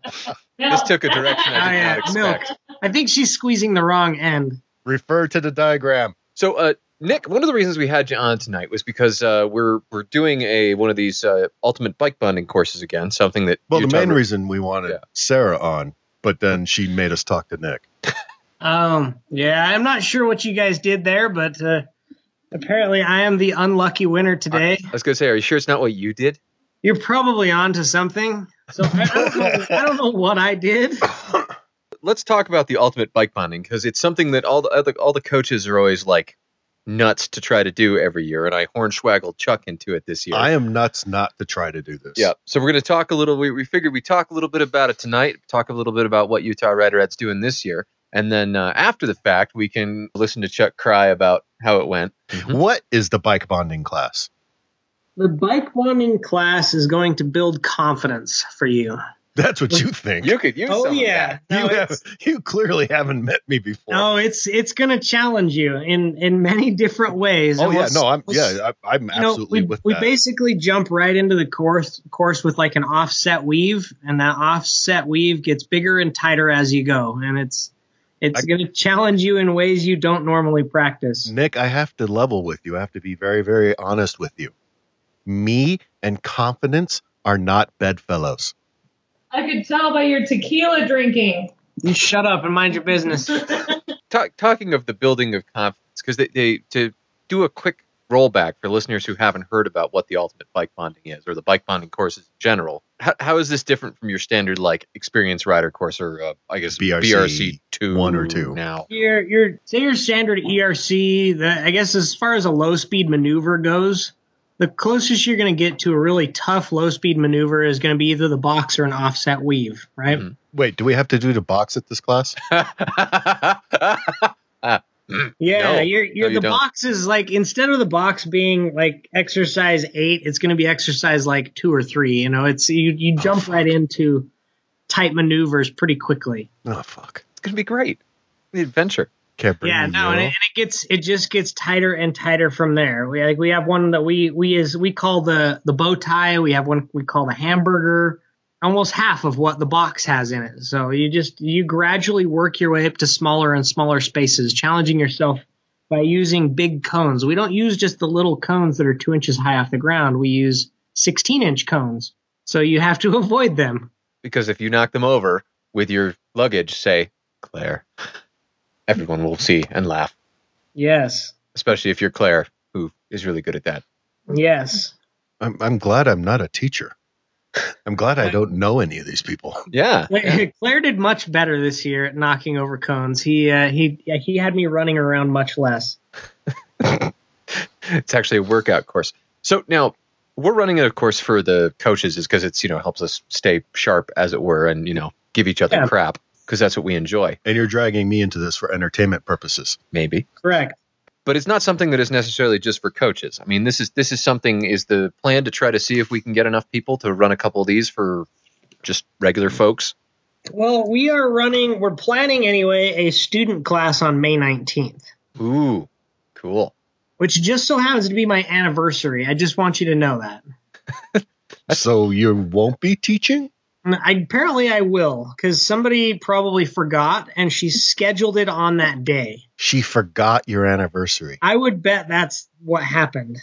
This took a direction I did [laughs] I, uh, not expect. I think she's squeezing the wrong end. Refer to the diagram. So, uh, Nick, one of the reasons we had you on tonight was because uh, we're we're doing a one of these uh, ultimate bike bonding courses again. Something that Well, Utah the main re- reason we wanted Yeah. Sarah on, but then she made us talk to Nick. Um, yeah, I'm not sure what you guys did there, but uh, apparently I am the unlucky winner today. I was gonna say, are you sure it's not what you did? You're probably onto something. So I, I, don't know, I don't know what I did. Let's talk about the ultimate bike bonding because it's something that all the other, all the coaches are always like nuts to try to do every year, and I hornswaggled Chuck into it this year. I am nuts not to try to do this. Yeah. So we're going to talk a little. We, we figured we talk a little bit about it tonight. Talk a little bit about what Utah Rider Rats doing this year, and then uh, after the fact, we can listen to Chuck cry about how it went. Mm-hmm. What is the bike bonding class? The bike bonding class is going to build confidence for you. That's what you think. You could use. Oh some of yeah, that. no, you, it's, have, you clearly haven't met me before. no, Oh, it's it's going to challenge you in in many different ways. oh And yeah, we'll- no, I'm we'll- yeah, I, I'm you know, absolutely we, with we that. basically jump right into the course course with like an offset weave and that offset weave gets bigger and tighter as you go and it's it's I- Mm. going to challenge you in ways you don't normally practice Nick, I have to level with you. I have to be very, very honest with you. Me and confidence are not bedfellows. I could tell by your tequila drinking. you shut up and mind your [laughs] business Talk, talking of the building of confidence, because they, they to do a quick rollback for listeners who haven't heard about what the ultimate bike bonding is or the bike bonding courses in general. How, how is this different from your standard like experience rider course or uh, I guess BRC BRC two one or two. now? [laughs] your E your say your standard erc the, i guess as far as a low speed maneuver goes The closest you're going to get to a really tough low speed maneuver is going to be either the box or an offset weave, right? Mhm. Wait, do we have to do the box at this [laughs] class? Yeah, No. you're, you're you the don't. box is like instead of the box being like exercise eight, it's going to be exercise like two or three. You know, it's you you Oh, jump right into tight maneuvers pretty quickly. Oh fuck. it's gonna be great. The adventure. Can't breathe. yeah, no, and it, and it gets it just gets tighter and tighter from there. We like we have one that we we is we call the the bow tie. We have one we call the hamburger. Almost half of what the box has in it. So you just you gradually work your way up to smaller and smaller spaces, challenging yourself by using big cones. We don't use just the little cones that are two inches high off the ground. We use sixteen inch cones. So you have to [laughs] avoid them. Because if you knock them over with your luggage, say, Claire, everyone will see and laugh. Yes. Especially if you're Claire, who is really good at that. Yes. I'm, I'm glad I'm not a teacher. I'm glad I don't know any of these people. Yeah. yeah. Claire, [laughs] Claire did much better this year at knocking over cones. He uh, he yeah, he had me running around much less. it's actually a workout course. So now we're running it, of course, for the coaches, is because it's you know helps us stay sharp, as it were, and you know give each other Yeah. crap because that's what we enjoy. And you're dragging me into this for entertainment purposes. Maybe, Correct. but it's not something that is necessarily just for coaches. I mean, this is this is something is the plan to try to see if we can get enough people to run a couple of these for just regular folks. Well, we are running. We're planning anyway a student class on May nineteenth, Ooh, cool. [laughs] which just so happens to be my anniversary. I just want you to know that. So you won't be teaching? And I, apparently, I will because somebody probably forgot and she scheduled it on that day. She forgot your anniversary. I would bet that's what happened.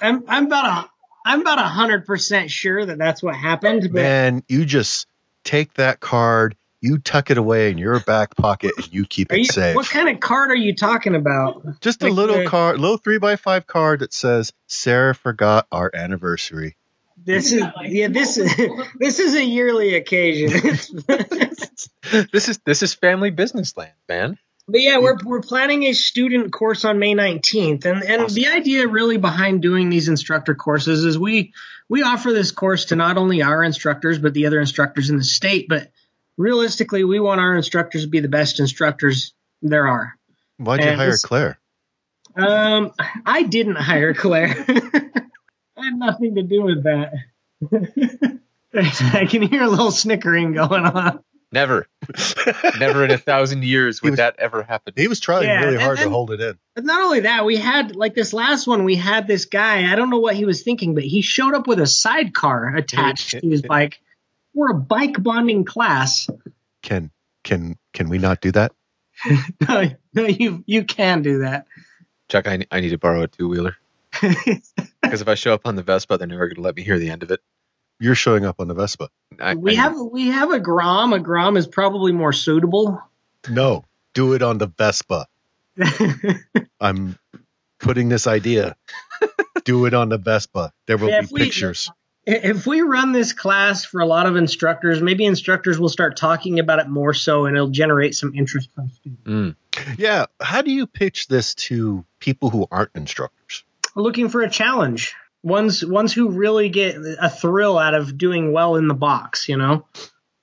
I'm I'm about a I'm about hundred percent sure that that's what happened. But Man, you just take that card, you tuck it away in your back pocket, and you keep Are it you, safe. What kind of card are you talking about? just a like uh, little the- card, little three by five card that says "Sarah forgot our anniversary." This is yeah. This is [laughs] this is a yearly occasion. [laughs] but this is this is family business land, man. yeah, we're we're planning a student course on May nineteenth, and and the idea really behind doing these instructor courses is we we offer this course to not only our instructors but the other instructors in the state. But realistically, we want our instructors to be the best instructors there are. Why'd you And hire this- [laughs] Claire? Um, I didn't hire Claire. [laughs] I had nothing to do with that. [laughs] I can hear a little snickering going on. Never, never in a thousand years would was- that ever happen. He was trying Yeah, really and hard then- to hold it in. But not only that, we had like this last one. We had this guy. I don't know what he was thinking, but he showed up with a sidecar attached to his bike. We're a bike bonding class. [laughs] Can can can we not do that? no, no, you you can do that. [laughs] Chuck, I, I need to borrow a two wheeler because if I show up on the Vespa, they're never going to let me hear the end of it. You're showing up on the Vespa. I, we I- have we have a Grom. A Grom is probably more suitable. [laughs] No, do it on the Vespa. I'm putting this idea. do it on the Vespa. There will Yeah, be if we- pictures. I- If we run this class for a lot of instructors, maybe instructors will start talking about it more so and it'll generate some interest from students. Mm. Yeah. How do you pitch this to people who aren't instructors? Looking for a challenge. Ones ones who really get a thrill out of doing well in the box, you know?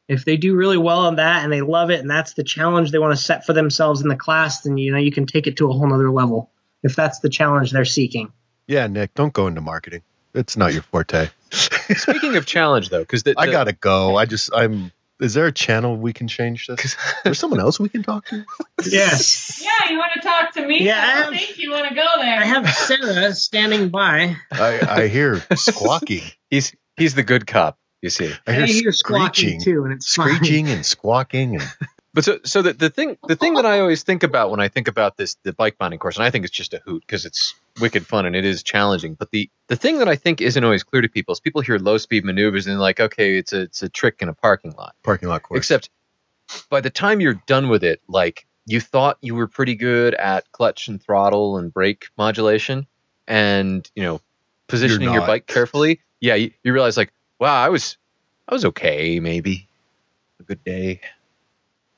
If they do really well on that and they love it and that's the challenge they want to set for themselves in the class, then you know you can take it to a whole nother level if that's the challenge they're seeking. Yeah, Nick, don't go into marketing. It's not your [laughs] forte. Speaking of challenge, though, because I gotta go. I just I'm is there a channel we can change [laughs] this? There's someone else we can talk to? Yes. Yeah, you want to talk to me? Yeah, I I have- don't think you want to go there. I have Sarah standing by. I, I [laughs] hear squawking. he's he's the good cop, you see. I And hear, I hear screeching. squawking too, and it's fine. Screeching and squawking [laughs] and But so so the, the thing the thing that I always think about when I think about this the bike bonding course, and I think it's just a hoot because it's wicked fun and it is challenging. But the the thing that I think isn't always clear to people is people hear low speed maneuvers and they're like, okay, it's a it's a trick in a parking lot. parking lot course. Except by the time you're done with it, like you thought you were pretty good at clutch and throttle and brake modulation and, you know, positioning your not. bike carefully. Yeah, you, you realize like, wow, I was I was okay maybe. A good day.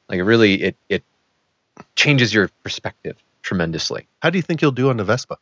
Like it really it it changes your perspective tremendously. How do you think you'll do on the Vespa?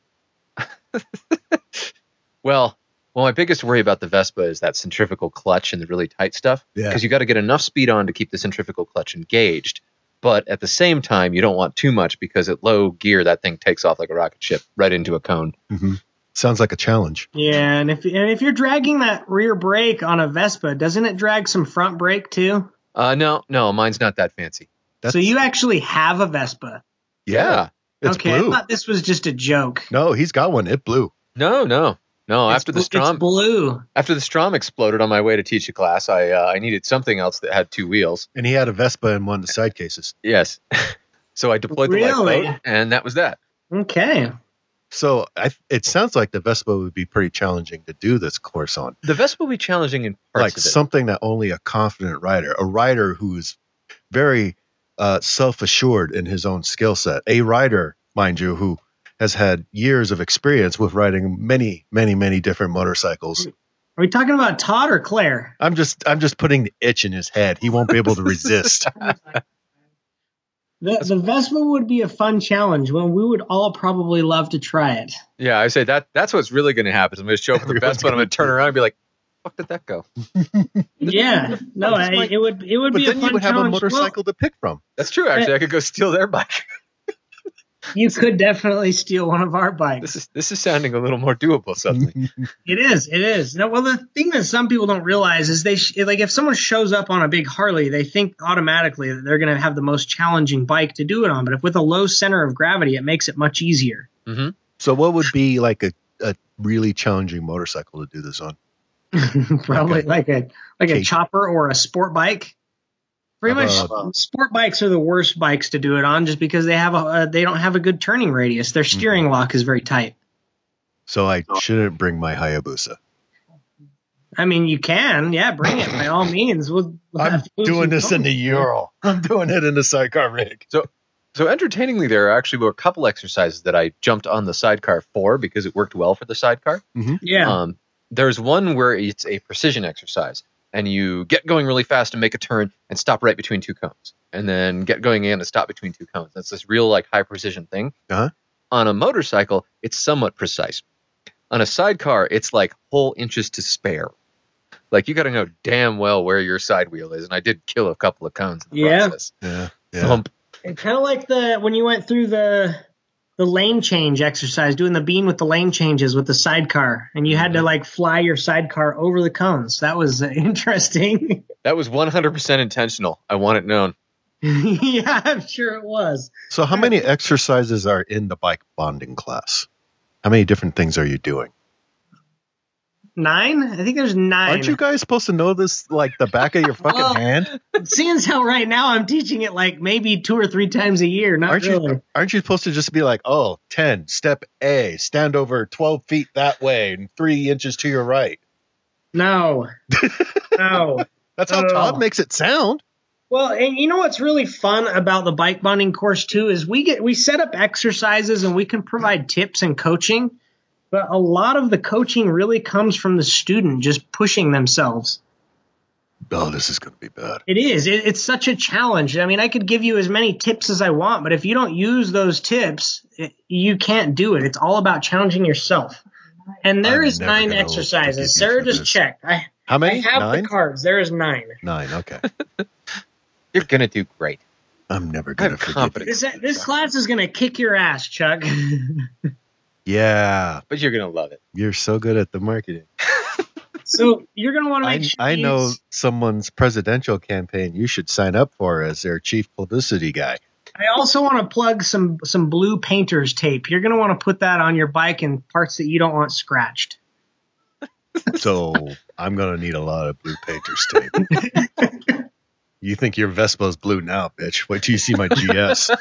Well, well, my biggest worry about the Vespa is that centrifugal clutch and the really tight stuff Yeah. because you got to get enough speed on to keep the centrifugal clutch engaged. But at the same time, you don't want too much because at low gear, that thing takes off like a rocket ship right into a cone. Mm-hmm. hmm Sounds like a challenge. Yeah, and if and if you're dragging that rear brake on a Vespa, doesn't it drag some front brake too? Uh, no, no, mine's not that fancy. That's, so you actually have a Vespa. Yeah. it's okay, blue. I thought this was just a joke. no, he's got one. It blew. No, no, no. It's after bl- the Strom, it's blue. after the Strom exploded on my way to teach a class, I uh, I needed something else that had two wheels. And he had a Vespa in one of the side cases. Yes. [laughs] so I deployed the Really? lifeboat, and that was that. Okay. So I, it sounds like the Vespa would be pretty challenging to do this course on. The Vespa will be challenging in parts like of it. something that only a confident rider, a rider who is very uh, self-assured in his own skill set, a rider, mind you, who has had years of experience with riding many, many, many different Mm. motorcycles. Are we talking about Todd or Claire? I'm just, I'm just putting the itch in his head. He won't be [laughs] able to resist. The, the Vespa would be a fun challenge when we would all probably love to try it. Yeah, I say that. That's what's really going to happen. I'm going to show up [laughs] with the Everyone's Vespa, and I'm gonna going to turn around and be like, "Fuck, did that go?" [laughs] Yeah, no, It's I, like- it would it would but be a then fun you would have a challenge. Well, motorcycle to pick from. That's true. Actually, I could go steal their bike. you could definitely steal one of our bikes. This is this is sounding a little more doable [laughs] suddenly. Mm-hmm. It is. It is. No, well, the thing that some people don't realize is they sh- like if someone shows up on a big Harley, they think automatically that they're going to have the most challenging bike to do it on. But if with a low center of gravity, it makes it [laughs] much easier. So what would be like a, a really challenging motorcycle to do this on? Probably like a like a Cake. chopper or a sport bike. Pretty How much, about- sport bikes are the worst bikes to do it on, just because they have a uh, they don't have a good turning radius. Their Mm-hmm. steering lock is very tight. So I Oh. shouldn't bring my Hayabusa. I mean, you can, yeah, bring it by all means. We'll, I'm doing this in the Ural. I'm doing it in the sidecar rig. So entertainingly, there actually were a couple exercises that I jumped on the sidecar for because it worked well for the sidecar. yeah. Um, there's one where it's a precision exercise, and you get going really fast and make a turn and stop right between two cones, and then get going again and stop between two cones. That's this real like high precision thing. Uh-huh. On a motorcycle, it's somewhat precise. On a sidecar, it's like whole inches to spare. Like you got to know damn well where your side wheel is, and I did kill a couple of cones in the Yeah. process. Yeah. Thump. kind of like the when you went through the the lane change exercise, doing the bean with the lane changes with the sidecar, and you had Mm-hmm. to like fly your sidecar over the cones. That was uh, [laughs] [laughs] interesting. That was 100% intentional. I want it known. yeah, I'm sure it was. So, how many exercises are in the bike bonding class? How many different things are you doing? Nine? I think there's 9 Aren't you guys supposed to know this like the back of your [laughs] fucking Well, hand? Seeing as how right now I'm teaching it like maybe two or three times a year. Not Aren't really. you aren't you supposed to just be like, oh, 10, step A, stand over 12 feet that way and three inches to your right? [laughs] No. no. That's how No, no, no. Todd makes it sound. Well, and you know what's really fun about the bike bonding course too is we get we set up exercises and we can provide tips and coaching, but a lot of the coaching really comes from the student just pushing themselves. Oh, this is going to be bad. It is. It, it's such a challenge. I mean, I could give you as many tips as I want, but if you don't use those tips, it, you can't do it. It's all about challenging yourself. And there I'm is never nine gonna forgive exercises. you Sarah for just this. checked. I, How I many? have Nine? the cards. There is nine. Nine. [laughs] Okay. You're going to do great. I'm never I going to have forget. confidence. This, this class is going to kick your ass, Chuck. [laughs] Yeah. But you're going to love it. You're so good at the marketing. So you're gonna want to make I, sure I you know use- someone's presidential campaign you should sign up for as their chief publicity guy. I also want to plug some some blue painter's tape. You're gonna want to put that on your bike in parts that you don't want scratched. So I'm going to need a lot of blue painter's tape. you think your Vespa's blue now, bitch. Wait till you see my GS.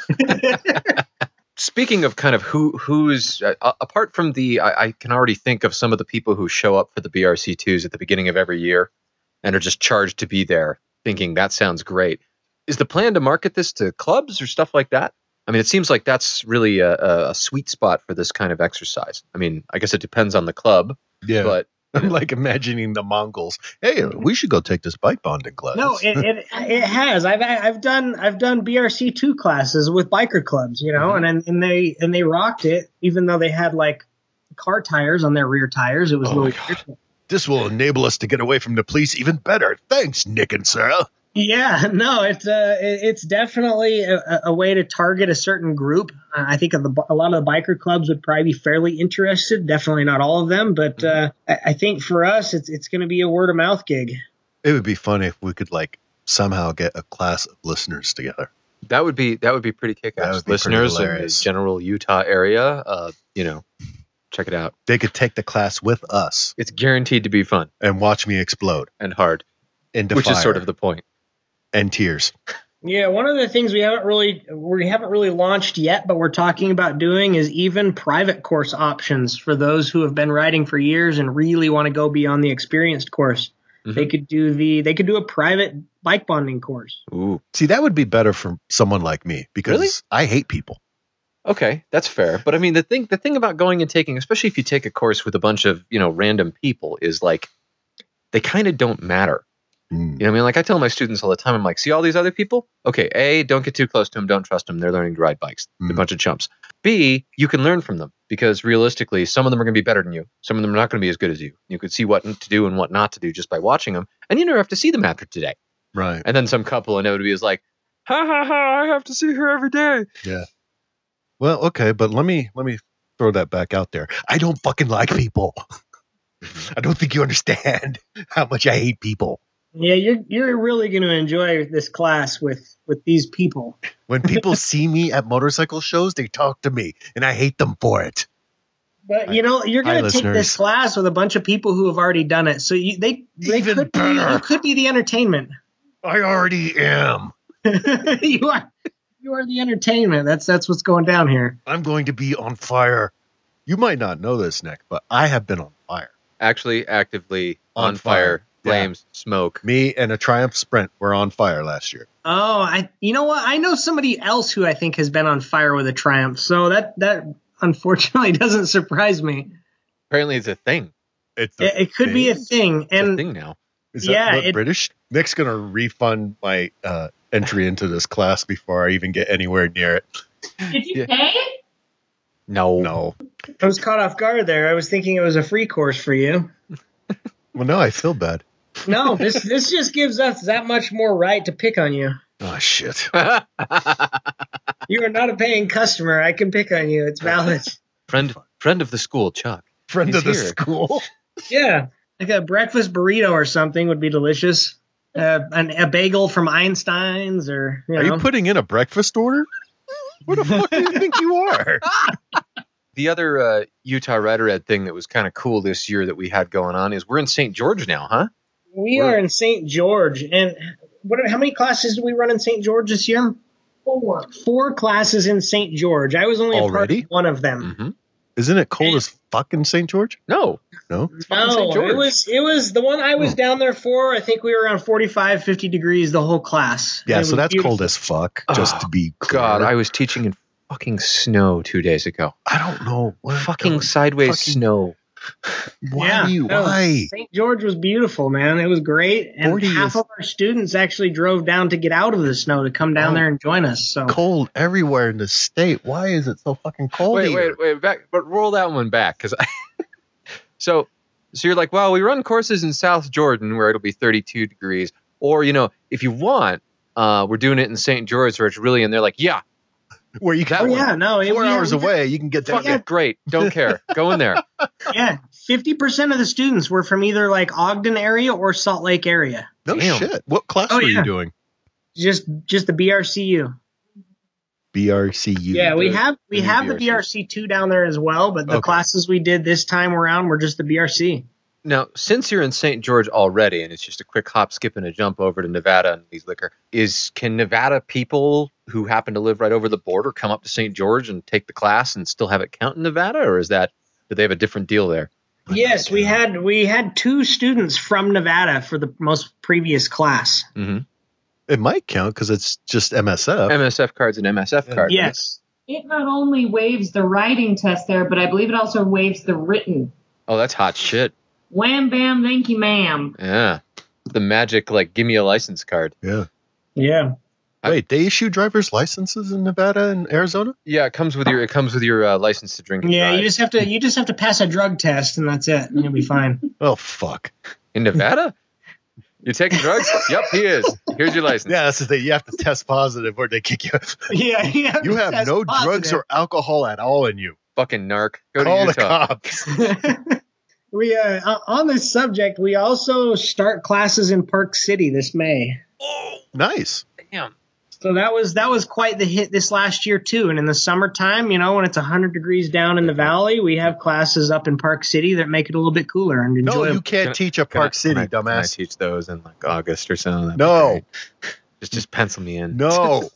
Speaking of kind of who who's uh, a- apart from the I, I can already think of some of the people who show up for the BRC twos at the beginning of every year and are just charged to be there, thinking that sounds great. Is the plan to market this to clubs or stuff like that? I mean, it seems like that's really a, a, a sweet spot for this kind of exercise. I mean, I guess it depends on the club, Yeah. but I'm like imagining the Mongols. Hey, we should go take this bike bonding class. No, it, it it has. I've I've done I've done BRC two Mm-hmm. classes with biker clubs, you know, and and and they and they rocked it, even though they had like car tires on their rear tires. It was Oh a my little God. This will enable us to get away from the police even better. Thanks, Nick and Sarah. Yeah, [laughs] no, it's uh, it- it's definitely a, a- a way to target a certain group. Uh, I think of the, a lot of the biker clubs would probably be fairly interested. Definitely not all of them, but uh, I, I think for us, it's it's going to be a word of mouth gig. It would be funny if we could like somehow get a class of listeners together. That would be that would be pretty kick That ass. would be pretty Listeners in the hilarious. general Utah area, uh, you know, check it out. They could take the class with us It's guaranteed to be fun and watch me explode and hard, into which is fire sort of the point. and tears. Yeah, one of the things we haven't really we haven't really launched yet, but we're talking about doing is even private course options for those who have been riding for years and really want to go beyond the experienced course. They could do the they could do a private bike bonding course. Ooh. See, that would be better for someone like me because Really? I hate people. Okay, that's fair. But I mean, the thing the thing about going and taking, especially if you take a course with a bunch of you know random people, is like they kind of don't matter. Mm. You know what I mean? Like I tell my students all the time, I'm like, see all these other people? Okay, A, don't get too close to them, don't trust them. They're learning to ride bikes. They're Mm. a bunch of chumps. B, you can learn from them because realistically, some of them are going to be better than you. Some of them are not going to be as good as you. You can see what to do and what not to do just by watching them, and you never have to see them after today. Right. And then some couple inevitably is like, ha ha ha, I have to see her every day. Well, okay, but let me let me throw that back out there. I don't fucking like people. Mm-hmm. [laughs] I don't think you understand [laughs] how much I hate people. Yeah, you're you're really going to enjoy this class with with these people. When [laughs] people see me at motorcycle shows, they talk to me, and I hate them for it. But you know, you're Hi, going to take listeners. this class with a bunch of people who have already done it, so you, they they Even could be, better. you could be the entertainment. [laughs] I already am. you are you are the entertainment. That's that's what's going down here. I'm going to be on fire. You might not know this, Nick, but I have been on fire. Actually, actively on, On fire, fire. Yeah. flames, smoke. Me and a Triumph Sprint were on fire last year. Oh, I you know what? I know somebody else who I think has been on fire with a triumph. So that that unfortunately [laughs] doesn't surprise me. Apparently, it's a thing. It's It, it could be a thing, It's a and thing now. Is that Yeah, not it- British? Nick's gonna refund my uh, entry into this class before I even get anywhere near it. Did Yeah. you pay? No, [laughs] No, I was caught off guard there. I was thinking it was a free course for you. well, no, I feel bad. No, this this just gives us that much more right to pick on you. Oh shit! You are not a paying customer. I can pick on you. It's [laughs] valid. friend, friend of the school, Chuck. Friend He's of the here. school. Yeah, like a breakfast burrito or something would be delicious. Uh, an, a bagel from Einstein's, or you Are know. you putting in a breakfast order? Where the fuck do you think you are? The other uh, Utah Rider Ed thing that was kind of cool this year that we had going on is we're in St. George now, huh? we are in St. George, and what? How many classes do we run in St. George this year? Four. Four classes in St. George. I was only a part of Already? one of them. Mm-hmm. Isn't it cold as fuck in St. George? No, No. fucking St. No, George. it was it was the one I was down there for. I think we were around 45, 50 degrees the whole class. Yeah, It so was that's beautiful. cold as fuck. Just Oh, to be clear. God, I was teaching in fucking snow two days ago. I don't know. Where Fucking fucking sideways fucking- snow. why Yeah, do you no. why? St. George was beautiful, man. It was great, and 40 half is- of our students actually drove down to get out of the snow to come down Oh. there and join us. So Cold everywhere in the state. Why is it so fucking cold? Wait, here? wait, wait, back, but roll that one back, because I. [laughs] so, so you're like, well, we run courses in South Jordan where it'll be 32 degrees, or you know, if you want, uh, we're doing it in St. George where it's really, and they're like, yeah, Where you That got Oh, yeah, no, it, four we- hours we- away, you can get fuck that. it, great, don't care, go in there. [laughs] Yeah, fifty percent of the students were from either like Ogden area or Salt Lake area. No Damn. shit. What class Oh, were yeah. you doing? Just just the BRCU. BRCU. Yeah, we have we We need have the BRC. BRC two down there as well, but the Okay. classes we did this time around were just the BRC. Now, since you're in St. George already, and it's just a quick hop, skip, and a jump over to Nevada and Lee's Liquor, is can Nevada people who happen to live right over the border come up to St. George and take the class and still have it count in Nevada, or is that do they have a different deal there? Yes, we had we had two students from Nevada for the most previous class. Mm-hmm. It might count because it's just MSF. MSF cards and MSF Yeah. cards. Yes. It not only waives the writing test there, but I believe it also waives the written. Oh, that's hot shit. Wham bam, thank you, ma'am. Yeah. The magic, like, give me a license card. yeah. Yeah. I- Wait, they issue driver's licenses in Nevada and Arizona? Yeah, it comes with your it comes with your uh, license to drink. And Yeah, drive. you just have to you just have to pass a drug test and that's it. And you'll be fine. [laughs] Oh fuck! in Nevada. You're taking [laughs] drugs? yep, he is. Here's your license. Yeah, that's the thing. You have to test positive, or they kick you. Yeah, you have, You to have test no positive. drugs or alcohol at all in you. Fucking narc. Go to Call the Utah. cops. [laughs] we uh, o- on this subject, we also start classes in Park City this May. Nice. Damn. So that was that was quite the hit this last year too. And in the summertime, you know, when it's 100 degrees down in the valley, we have classes up in Park City that make it a little bit cooler and No, enjoyable. you can't Can I- teach at Can I- Park City, can I, Can I dumbass. teach those in like August or so? That'd be No. great. Just just pencil me in. No.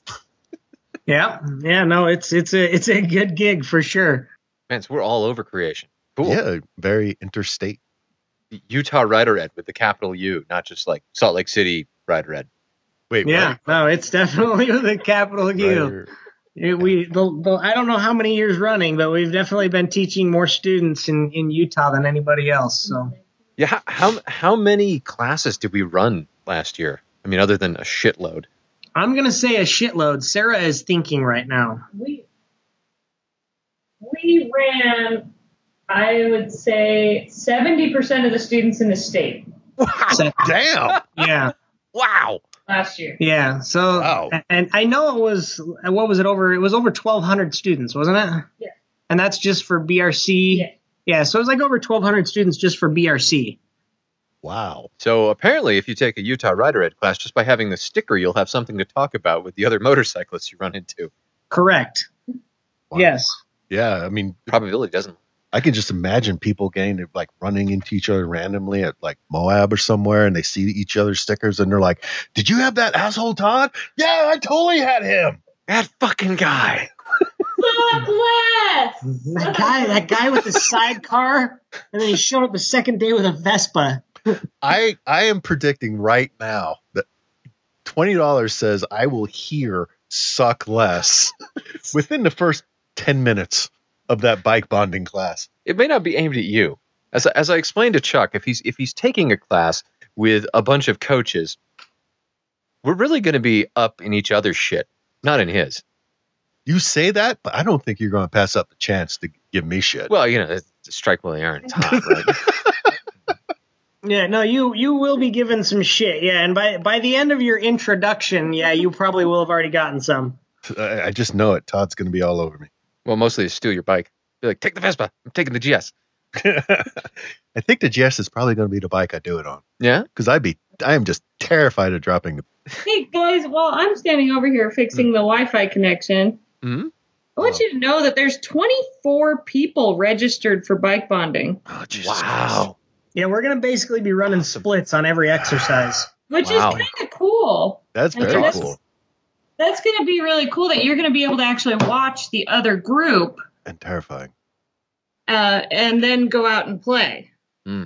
yeah, yeah, no, it's it's a it's a good gig for sure. [laughs] Man, so we're all over creation. Cool. Yeah, very interstate. Utah Rider Ed with the capital U, not just like Salt Lake City Rider Ed. Wait, Yeah, no, it's definitely [laughs] with a capital what? U. Right. It- we, the, the, I don't know how many years running, but we've definitely been teaching more students in, in Utah than anybody else. So Yeah. How, how how many classes did we run last year? I mean, other than a shitload. I'm gonna say a shitload. Sarah is thinking right [laughs] now. We we ran, I would say, seventy percent of the students in the state Wow. So- [laughs] Damn. yeah, Wow. last year. yeah. So Wow. and I know it was what was it over? It was over 1,200 students, wasn't it? Yeah. And that's just for BRC. Yeah. Yeah, so it was like over 1,200 students just for BRC. Wow. So apparently, if you take a Utah Rider Ed class, just by having the sticker, you'll have something to talk about with the other motorcyclists you run into. Correct. Wow. Yes. Yeah, I mean, Probability doesn't. I can just imagine people getting to, like running into each other randomly at like Moab or somewhere, and they see each other's stickers, and they're like, "Did you have that asshole Todd? Yeah, I totally had him." That fucking guy. Southwest. That guy, that guy [laughs] with the sidecar, and then he showed up the second day with a Vespa. I I am predicting right now that twenty dollars says I will hear "suck less" within the first ten minutes of that bike bonding class. it may not be aimed at you. As I, as I explained to Chuck, if he's if he's taking a class with a bunch of coaches, we're really going to be up in each other's shit, not in his. You say that, but I don't think you're going to pass up the chance to give me shit. Well, you know, it's- it's strike while the iron's hot, right? Yeah, no, you you will be given some shit. Yeah, and by by the end of your introduction, yeah, you probably will have already gotten some. I, I just know it. Todd's going to be all over me. well, mostly it's steal your bike. Be like, take the Vespa. I'm taking the GS. [laughs] I think the GS is probably going to be the bike I do it on Yeah, because I'd be I am just terrified of dropping the. Hey guys, while I'm standing over here fixing the Wi-Fi connection, hmm I want you to know that there's 24 people registered for bike bonding, Oh, wow. Yeah, we're gonna basically be running splits on every exercise. which Wow. is kind of cool. that's Okay, very that's- cool. That's going to be really cool that you're going to be able to actually watch the other group and terrifying. uh, and then go out and play. Hmm.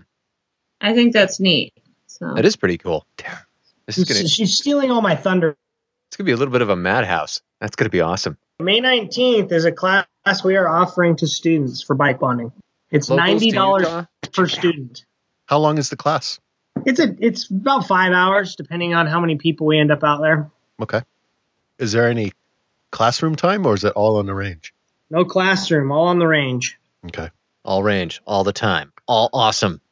I think that's neat. So That is pretty cool. This is gonna She's, she's stealing all my thunder. it's gonna be a little bit of a madhouse. That's gonna be awesome. May nineteenth is a class we are offering to students for bike bonding. It's Locals to ninety dollars Utah? per student. How long is the class? It's a it's about five hours depending on how many people we end up out there. Okay. Is there any classroom time or is it all on the range? No classroom, all on the range. Okay. all range, all the time, all awesome.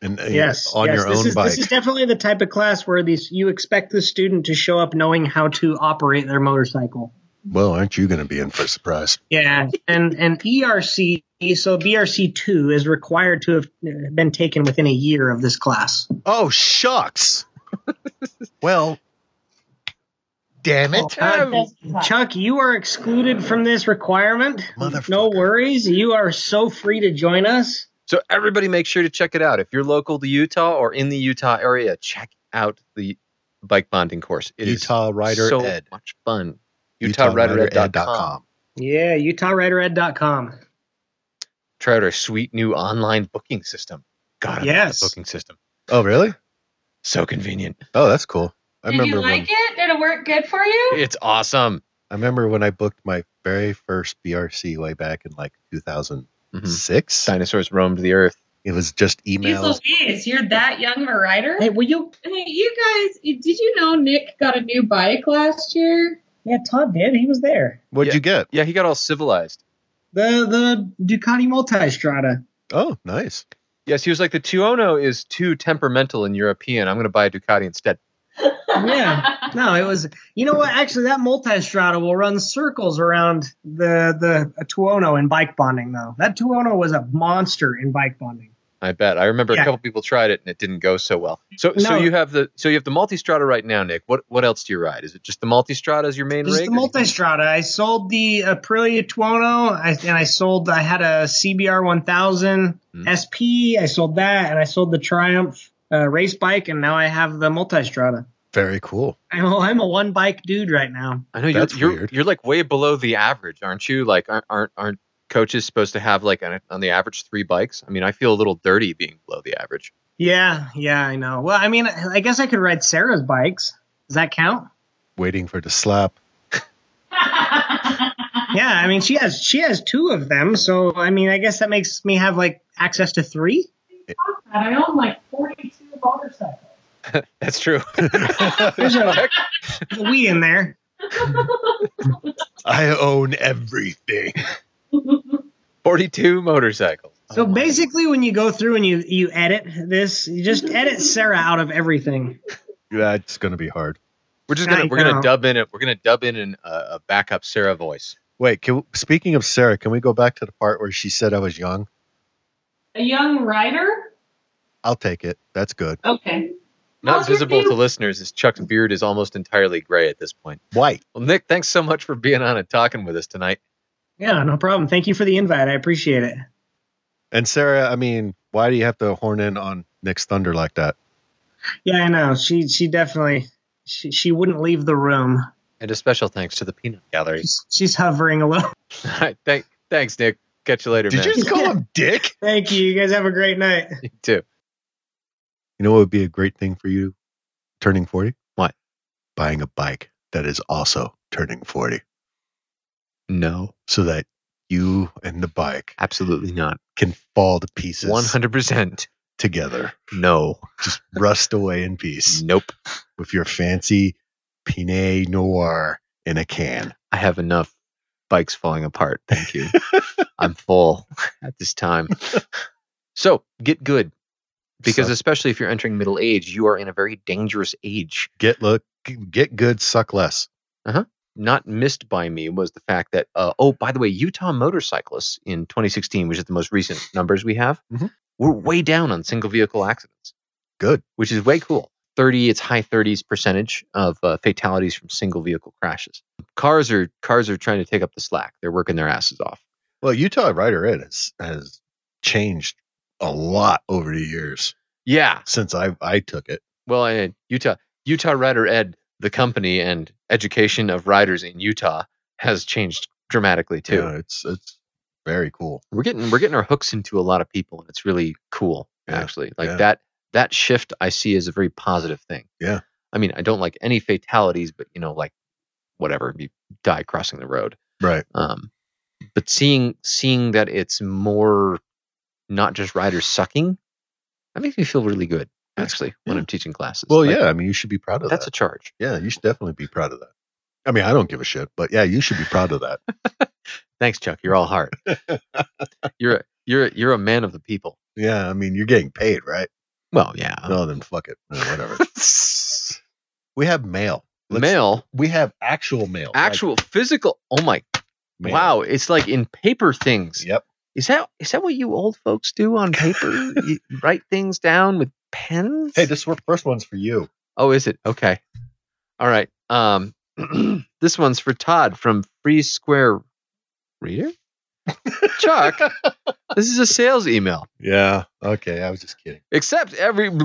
And uh, yes, on yes, your this own is, bike. This is definitely the type of class where these you expect the student to show up knowing how to operate their motorcycle. well, aren't you going to be in for a surprise? Yeah, and and ERC so BRC two is required to have uh, been taken within a year of this class. Oh [laughs] shucks. well, damn it. Time. Chuck, you are excluded from this requirement. No Motherfucker. worries, you are so free to join us. So everybody make sure to check it out. If you're local to Utah or in the Utah area, check out the bike bonding course. It is Utah Rider so Ed. much fun. UtahRiderEd.com. UtahRiderEd.com. Yeah, UtahRiderEd.com. Try out our sweet new online booking system. God, I love Yes. the booking system. Oh really? So convenient. Oh, that's cool. I Did remember you when like it? Did it work good for you? It's awesome. I remember when I booked my very first BRC way back in like 2006. Mm-hmm. Dinosaurs roamed the earth. It was just Jeez emails. Louise, you're that young of a rider? Hey, will you? Hey, you guys, did you know Nick got a new bike last year? Yeah, Todd did. He was there. What'd you get? Yeah, he got all civilized. The the Ducati Multistrada. Oh, nice. Yes, he was like the Tuono is too temperamental and European. I'm going to buy a Ducati instead. Yeah. No, it was. You know what? Actually, that Multistrada will run circles around the the Tuono in bike bonding though. That Tuono was a monster in bike bonding. I bet. I remember a Yeah. couple people tried it and it didn't go so well. So, so No. you have the so you have the Multistrada right now, Nick. What what else do you ride? Is it just the Multistrada as your main Just rig? the Multistrada. I sold the Aprilia Tuono, I, and I sold. I had a CBR 1000 Hmm. SP. I sold that, and I sold the Triumph uh, race bike, and now I have the Multistrada. Very cool. I'm a, I'm a one bike dude right now. I know you're That's you're, weird. you're like way below the average, aren't you? Like aren't aren't, aren't coaches supposed to have like on on the average three bikes? I mean, I feel a little dirty being below the average. Yeah, yeah, I know. Well, I mean, I guess I could ride Sarah's bikes. Does that count? Waiting for the slap. Yeah, I mean, she has she has two of them, so I mean, I guess that makes me have like access to three. [laughs] I own like 42 motorcycles. [laughs] That's true. [laughs] There's a, a we in there. I own everything. Forty two motorcycles. So Oh my- basically, when you go through and you you edit this, you just edit Sarah out of everything. That's going to be hard. we're just gonna I we're gonna know. dub in it. We're gonna dub in an, uh, a backup Sarah voice. Wait, can, speaking of Sarah, can we go back to the part where she said I was young? A young rider? I'll take it. That's good. Okay. Not How's your visible view? to listeners is Chuck's beard is almost entirely gray at this point. White. Well, Nick, thanks so much for being on and talking with us tonight. Yeah, no problem. Thank you for the invite. I appreciate it. And Sarah, I mean, why do you have to horn in on Nick's thunder like that? Yeah, I know. She she definitely she she wouldn't leave the room. And a special thanks to the Peanut Gallery. [laughs] She's, she's hovering a little. [laughs] Thank, thanks, Nick. Catch you later, Did man. you just call him Dick? Thank you. You guys have a great night. [laughs] You too. You know what would be a great thing for you turning 40? What? Buying a bike that is also turning 40 No, so that you and the bike absolutely not. can fall to pieces One hundred percent. [laughs] together, No. rust away in peace Nope. with your fancy Pinot Noir in a can. I have enough bikes falling apart. Thank [laughs] you. I'm full at this time. So get good, because So- especially if you're entering middle age, you are in a very dangerous age. Get look, get good, suck less. not missed by me was the fact that uh, oh by the way utah motorcyclists in 2016 which is the most recent numbers we have Mhm. were way down on single vehicle accidents Good. which is way cool 30 it's high 30s percentage of uh, fatalities from single vehicle crashes cars are cars are trying to take up the slack they're working their asses off Well, Utah Rider Ed has, has changed a lot over the years yeah since I, I took it. well and utah utah rider ed the company and education of riders in utah has changed dramatically too Yeah, it's it's very cool. we're getting we're getting our hooks into a lot of people and it's really cool Yeah, actually like yeah. that that shift i see as a very positive thing Yeah. i mean i don't like any fatalities but you know like whatever you die crossing the road Right. um but seeing seeing that it's more not just riders sucking that makes me feel really good actually when Yeah. i'm teaching classes Well, Like, "Oh, yeah, I mean, you should be proud of that's a that. charge yeah, you should definitely be proud of that. I mean, I don't give a shit, but yeah, you should be proud of that. thanks chuck you're all [laughs] heart you're a, you're a, you're a man of the people Yeah, I mean, you're getting paid, right? well yeah No, then fuck it. No, [laughs] whatever. we have mail. Let's- [laughs] male We have actual mail. like actual physical oh my mail. Wow, it's like in paper things. Yep. Is that is that what you old folks do [laughs] on paper? you write things down with pens? Hey, this wor- first one's for you. oh, is it? Okay. All right. Um [clears throat] this one's for Todd from Free Square Reader. Chuck, this is a sales email. Yeah. Okay, I was just kidding. Except every You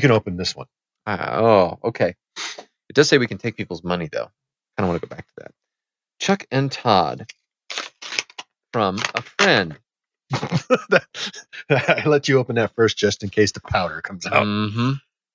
can open this one. [laughs] Ah, oh, okay. It does say we can take people's money, though. I don't want to go back to that. Chuck and Todd from a friend. I let you open that first just in case the powder comes out. hmm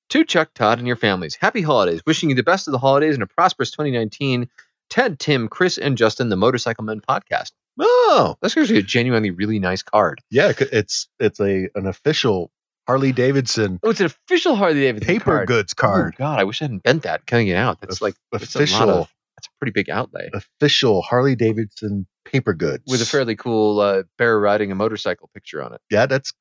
To Chuck, Todd, and your families, happy holidays. Wishing you the best of the holidays and a prosperous 2019. Ted, Tim, Chris, and Justin, the Motorcycle Men podcast. Oh, That's actually a genuinely really nice card. yeah. c- It's it's a an official Harley Davidson Oh, it's an official Harley Davidson paper card. goods Oh, card. God, I wish I hadn't bent that cutting it out. That's Of- like that's a lot official of- that's a pretty big outlay official Harley Davidson paper goods with a fairly cool uh, bear riding a motorcycle picture on it. Yeah, that's.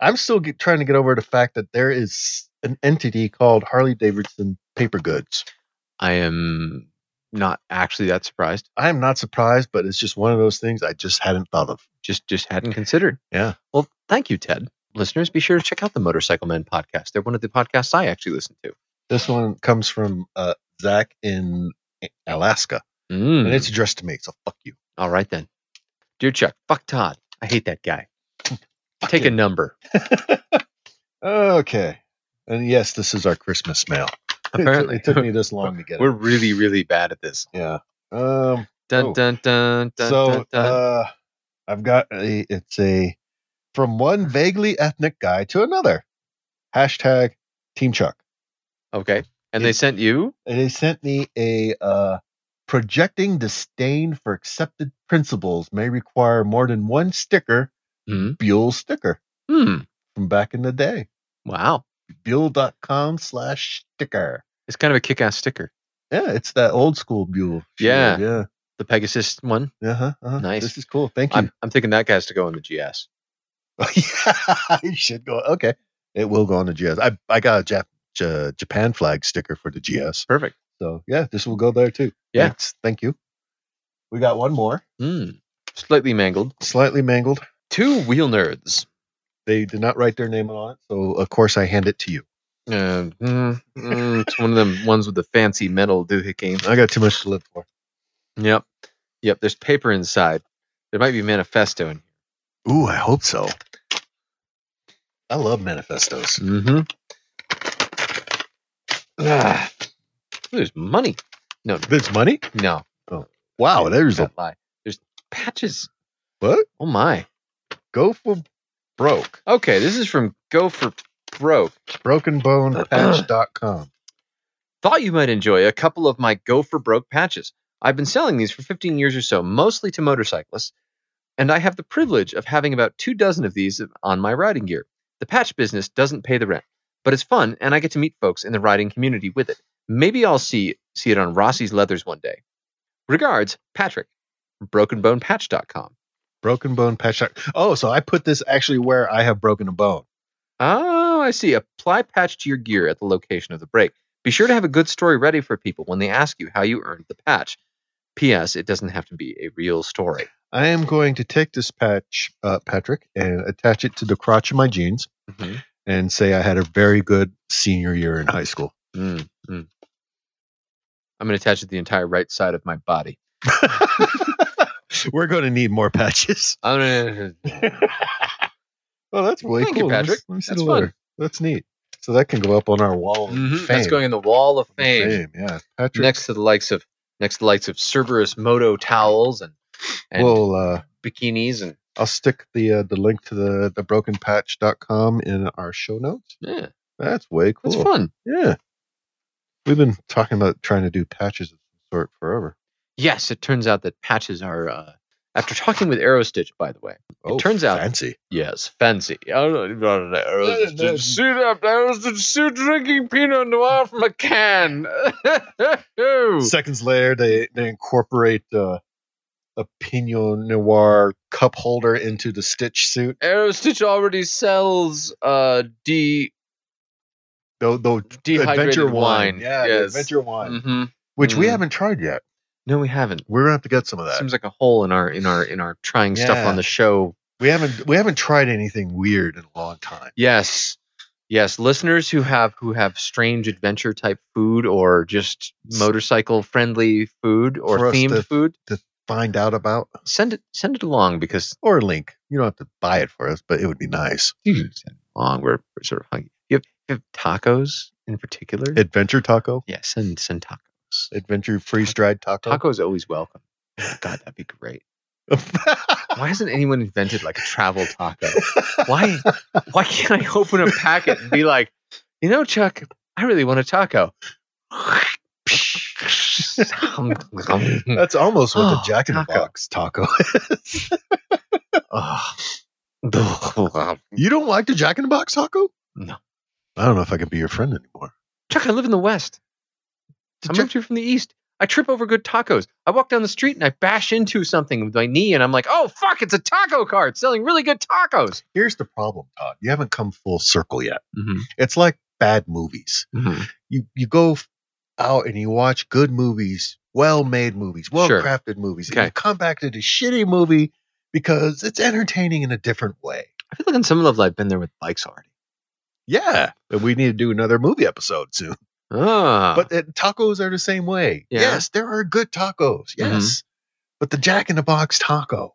I'm still get, trying to get over the fact that there is an entity called Harley Davidson paper goods. I am not actually that surprised. I am not surprised, but it's just one of those things I just hadn't thought of. Just just hadn't considered. Mm. Yeah. Well, thank you, Ted. Listeners, be sure to check out the Motorcycle Men podcast. They're one of the podcasts I actually listen to. This one comes from uh, Zach in Alaska, Mm. and it's addressed to me. So fuck you. All right then. Dear Chuck, fuck Todd. I hate that guy. Take a number. Okay. And yes, this is our Christmas mail. [laughs] [laughs] It took- Apparently. it took [laughs] me this long to get We're it. really, really bad at this. Yeah. Um. Dun Oh. dun dun dun so dun dun. Uh, I've got a, it's a from one vaguely ethnic guy to another. Hashtag Team Chuck. okay. And they sent you? And They sent me a uh, projecting disdain for accepted principles may require more than one sticker. Hmm. Buell sticker Hmm. from back in the day. Wow. Buell.com slash sticker. It's kind of a kick ass sticker. Yeah, it's that old school Buell. Yeah. Yeah. The Pegasus one. Uh-huh, uh-huh. Nice. This is cool. Thank you. I'm, I'm thinking that guy's to go in the GS. [laughs] yeah, you should go. Okay, it will go on the GS. I I got a Jap, J- Japan flag sticker for the GS, Perfect. so yeah, this will go there too. Yeah. Thanks. thank you. We got one more, Hmm. Slightly mangled. slightly mangled. Two wheel nerds. They did not write their name on it, so of course I hand it to you. Uh, mm, mm, it's one of them ones with the fancy metal doohickey. I got too much to live for. Yep. Yep. There's paper inside. There might be manifesto in Ooh, I hope so. I love manifestos. [sighs] here. Mm-hmm. Ah, there's money. There's money. No. Wow, there's a that lie. There's patches. what? Oh my. Go for broke. Okay, this is from Go for Broke. Brokenbonepatch.com. Thought you might enjoy a couple of my Go for Broke patches. I've been selling these for 15 years or so, mostly to motorcyclists, and I have the privilege of having about two dozen of these on my riding gear. The patch business doesn't pay the rent, but it's fun, and I get to meet folks in the riding community with it. Maybe I'll see see it on Rossi's Leathers one day. Regards, Patrick, brokenbonepatch.com. Broken bone patch. dot- Oh, so I put this actually where I have broken a bone. Oh, I see. Apply patch to your gear at the location of the break. Be sure to have a good story ready for people when they ask you how you earned the patch. P.S. It doesn't have to be a real story. I am going to take this patch, uh, Patrick, and attach it to the crotch of my jeans Mhm. and say I had a very good senior year in high school. [laughs] Mm, mm. I'm going to attach it to the entire right side of my body. We're going to need more patches. I'm gonna- [laughs] [laughs] Well, that's really Thank you, cool. Let me- Patrick. Let me see That's the fun. letter. That's neat. So that can go up on our wall. of Mhm, fame. That's going in the wall of fame, Fame, Yeah, Patrick. next to the likes of next to the likes of Cerberus Moto towels and and Well, uh, bikinis and I'll stick the uh, the link to the the brokenpatch.com in our show notes. yeah, That's way cool. that's fun. Yeah. We've been talking about trying to do patches of some sort forever. Yes, it turns out that patches are. Uh, after talking with Arrowstitch, by the way. Oh, turns out- fancy. Yes, fancy. I don't know. I was just suit up. I was just suit drinking Pinot Noir from a [laughs] can. [laughs] Seconds later, they they incorporate uh, a Pinot Noir cup holder into the Stitch suit. Aerostitch already sells uh de The, the dehydrated adventure wine. wine. Yeah, the yes. adventure wine, hmm which we Mhm. haven't tried yet. No, we haven't. We're gonna have to get some of that. Seems like a hole in our in our in our trying stuff Yeah. on the show. we haven't we haven't tried anything weird in a long time. Yes. Yes, listeners who have who have strange adventure type food or just motorcycle friendly food or For us themed to- food, Find out about send it send it along because or link. You don't have to buy it for us, but it would be nice. long. We're, we're sort of hungry. You have, you have tacos in particular? Adventure taco, yes, and send tacos. adventure freeze dried taco. Tacos always welcome. God, that'd be great. [laughs] Why hasn't anyone invented like a travel taco? Why why can't I open a [laughs] packet and be like, you know, Chuck, I really want a taco. That's almost what the Hmm. Oh, Jack in the taco. Box taco [laughs] is. you don't like the Jack in the Box taco? No. I don't know if I can be your friend anymore. Chuck, I live in the West. I moved here from the East. I trip over good tacos. I walk down the street and I bash into something with my knee, and I'm like, "Oh fuck! It's a taco cart selling really good tacos." Here's the problem, Todd. You haven't come full circle yet. Mm-hmm, It's like bad movies. You you go f- out and you watch good movies, well made movies, well crafted movies. And Okay. you come back to the shitty movie because it's entertaining in a different way. I feel like on some level I've been there with bikes already. Yeah. But we need to do another movie episode soon. Ah, But uh, tacos are the same way. Yeah. Mm-hmm. Yes, there are good tacos. Yes. But the Jack in the Box taco.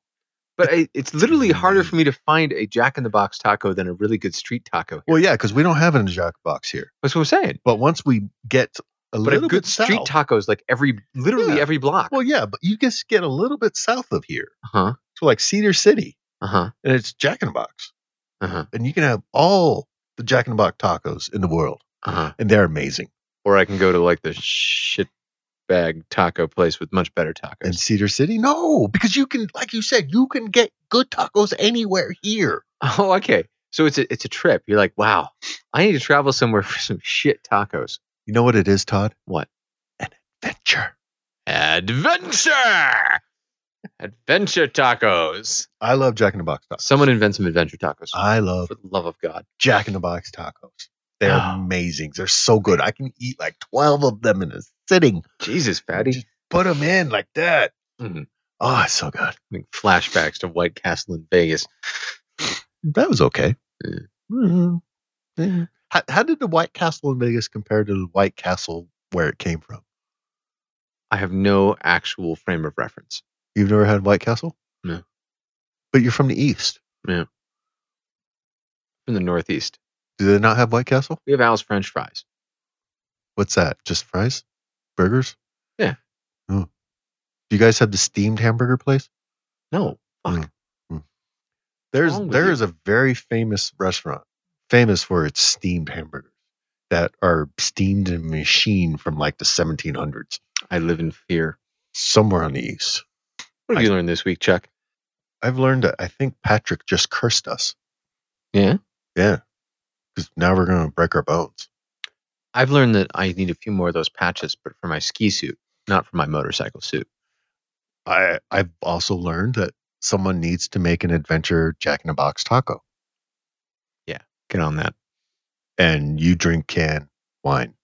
but I, it's literally harder for me to find a Jack in the Box taco than a really good street taco. Well, yeah, because we don't have it in the Jack Box here. That's what I'm saying. But once we get a But a little good bit street south, taco is like every literally Yeah. every block. well, yeah, but you just get a little bit south of here Uh huh. to like Cedar City, Uh huh. and it's Jack in the Box, Uh-huh. and you can have all the Jack in the Box tacos in the world, Uh huh. and they're amazing. Or I can go to like the shit bag taco place with much better tacos. And Cedar City, no, because you can, like you said, you can get good tacos anywhere here. Oh, okay. So it's a it's a trip. You're like, wow, I need to travel somewhere [laughs] for some shit tacos. You know what it is, Todd? What? An adventure. Adventure, adventure tacos. Uh, I love Jack in the Box tacos. Someone invent some adventure tacos. I love For the love of God. Jack in the Box tacos. They're Oh. amazing. They're so good. I can eat like 12 of them in a sitting. Jesus, Patty. Just put them in like that. Mhm. Oh, it's so good. I mean, flashbacks to White Castle in Vegas. That was okay. Yeah. Mhm. Yeah. How, how did the White Castle in Vegas compare to the White Castle where it came from? I have no actual frame of reference. You've never had White Castle? No. But you're from the East. From the Northeast, Do they not have White Castle? we have Al's French fries. What's that? Just fries? Burgers? Yeah. Oh. Do you guys have the steamed hamburger place? No, fuck. Mm. There's wrong with there you? is a very famous restaurant, famous for its steamed hamburgers that are steamed in a machine from like the 1700s, I live in fear. somewhere on the east. What have you learned this week, Chuck? I've learned that I think Patrick just cursed us. Yeah? yeah, because now we're gonna break our bones. I've learned that I need a few more of those patches, but for my ski suit, not for my motorcycle suit. I I've also learned that someone needs to make an adventure Jack in a Box taco, Get on that. and you drink canned wine.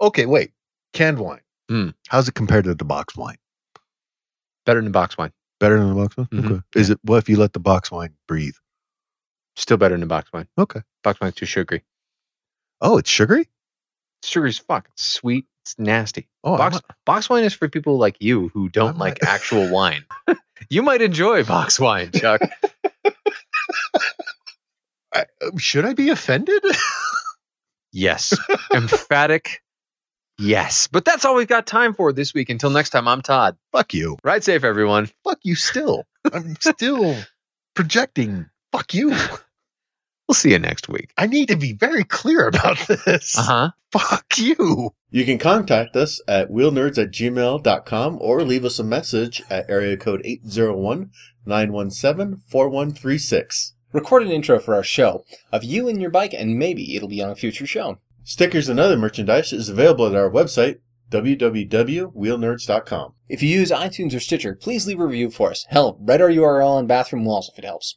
Okay, wait, canned wine. Mm. How's it compared to the box wine? Better than box wine. Better than the box wine. Mhm. Okay. Is it what if you let the box wine breathe? Still better than box wine. Okay. Box wine's too sugary. Oh, it's sugary. Sugary as fuck. It's sweet. It's nasty. Oh, I box might- box wine is for people like you who don't I'm like not- [laughs] actual wine. you might enjoy box wine, Chuck. I, um, should I be offended? [laughs] yes. Emphatic. Yes. But that's all we've got time for this week. Until next time, I'm Todd. Fuck you. Ride safe, everyone. Fuck you. Still, I'm still projecting. Fuck you. We'll see you next week. I need to be very clear about [laughs] this. Uh huh. Fuck you. You can contact us at wheelnerds at gmail.com or leave us a message at area code 801 917 4136. Record an intro for our show of you and your bike, and maybe it'll be on a future show. Stickers and other merchandise is available at our website, www.wheelnerds.com. If you use iTunes or Stitcher, please leave a review for us. Hell, write our URL on bathroom walls if it helps.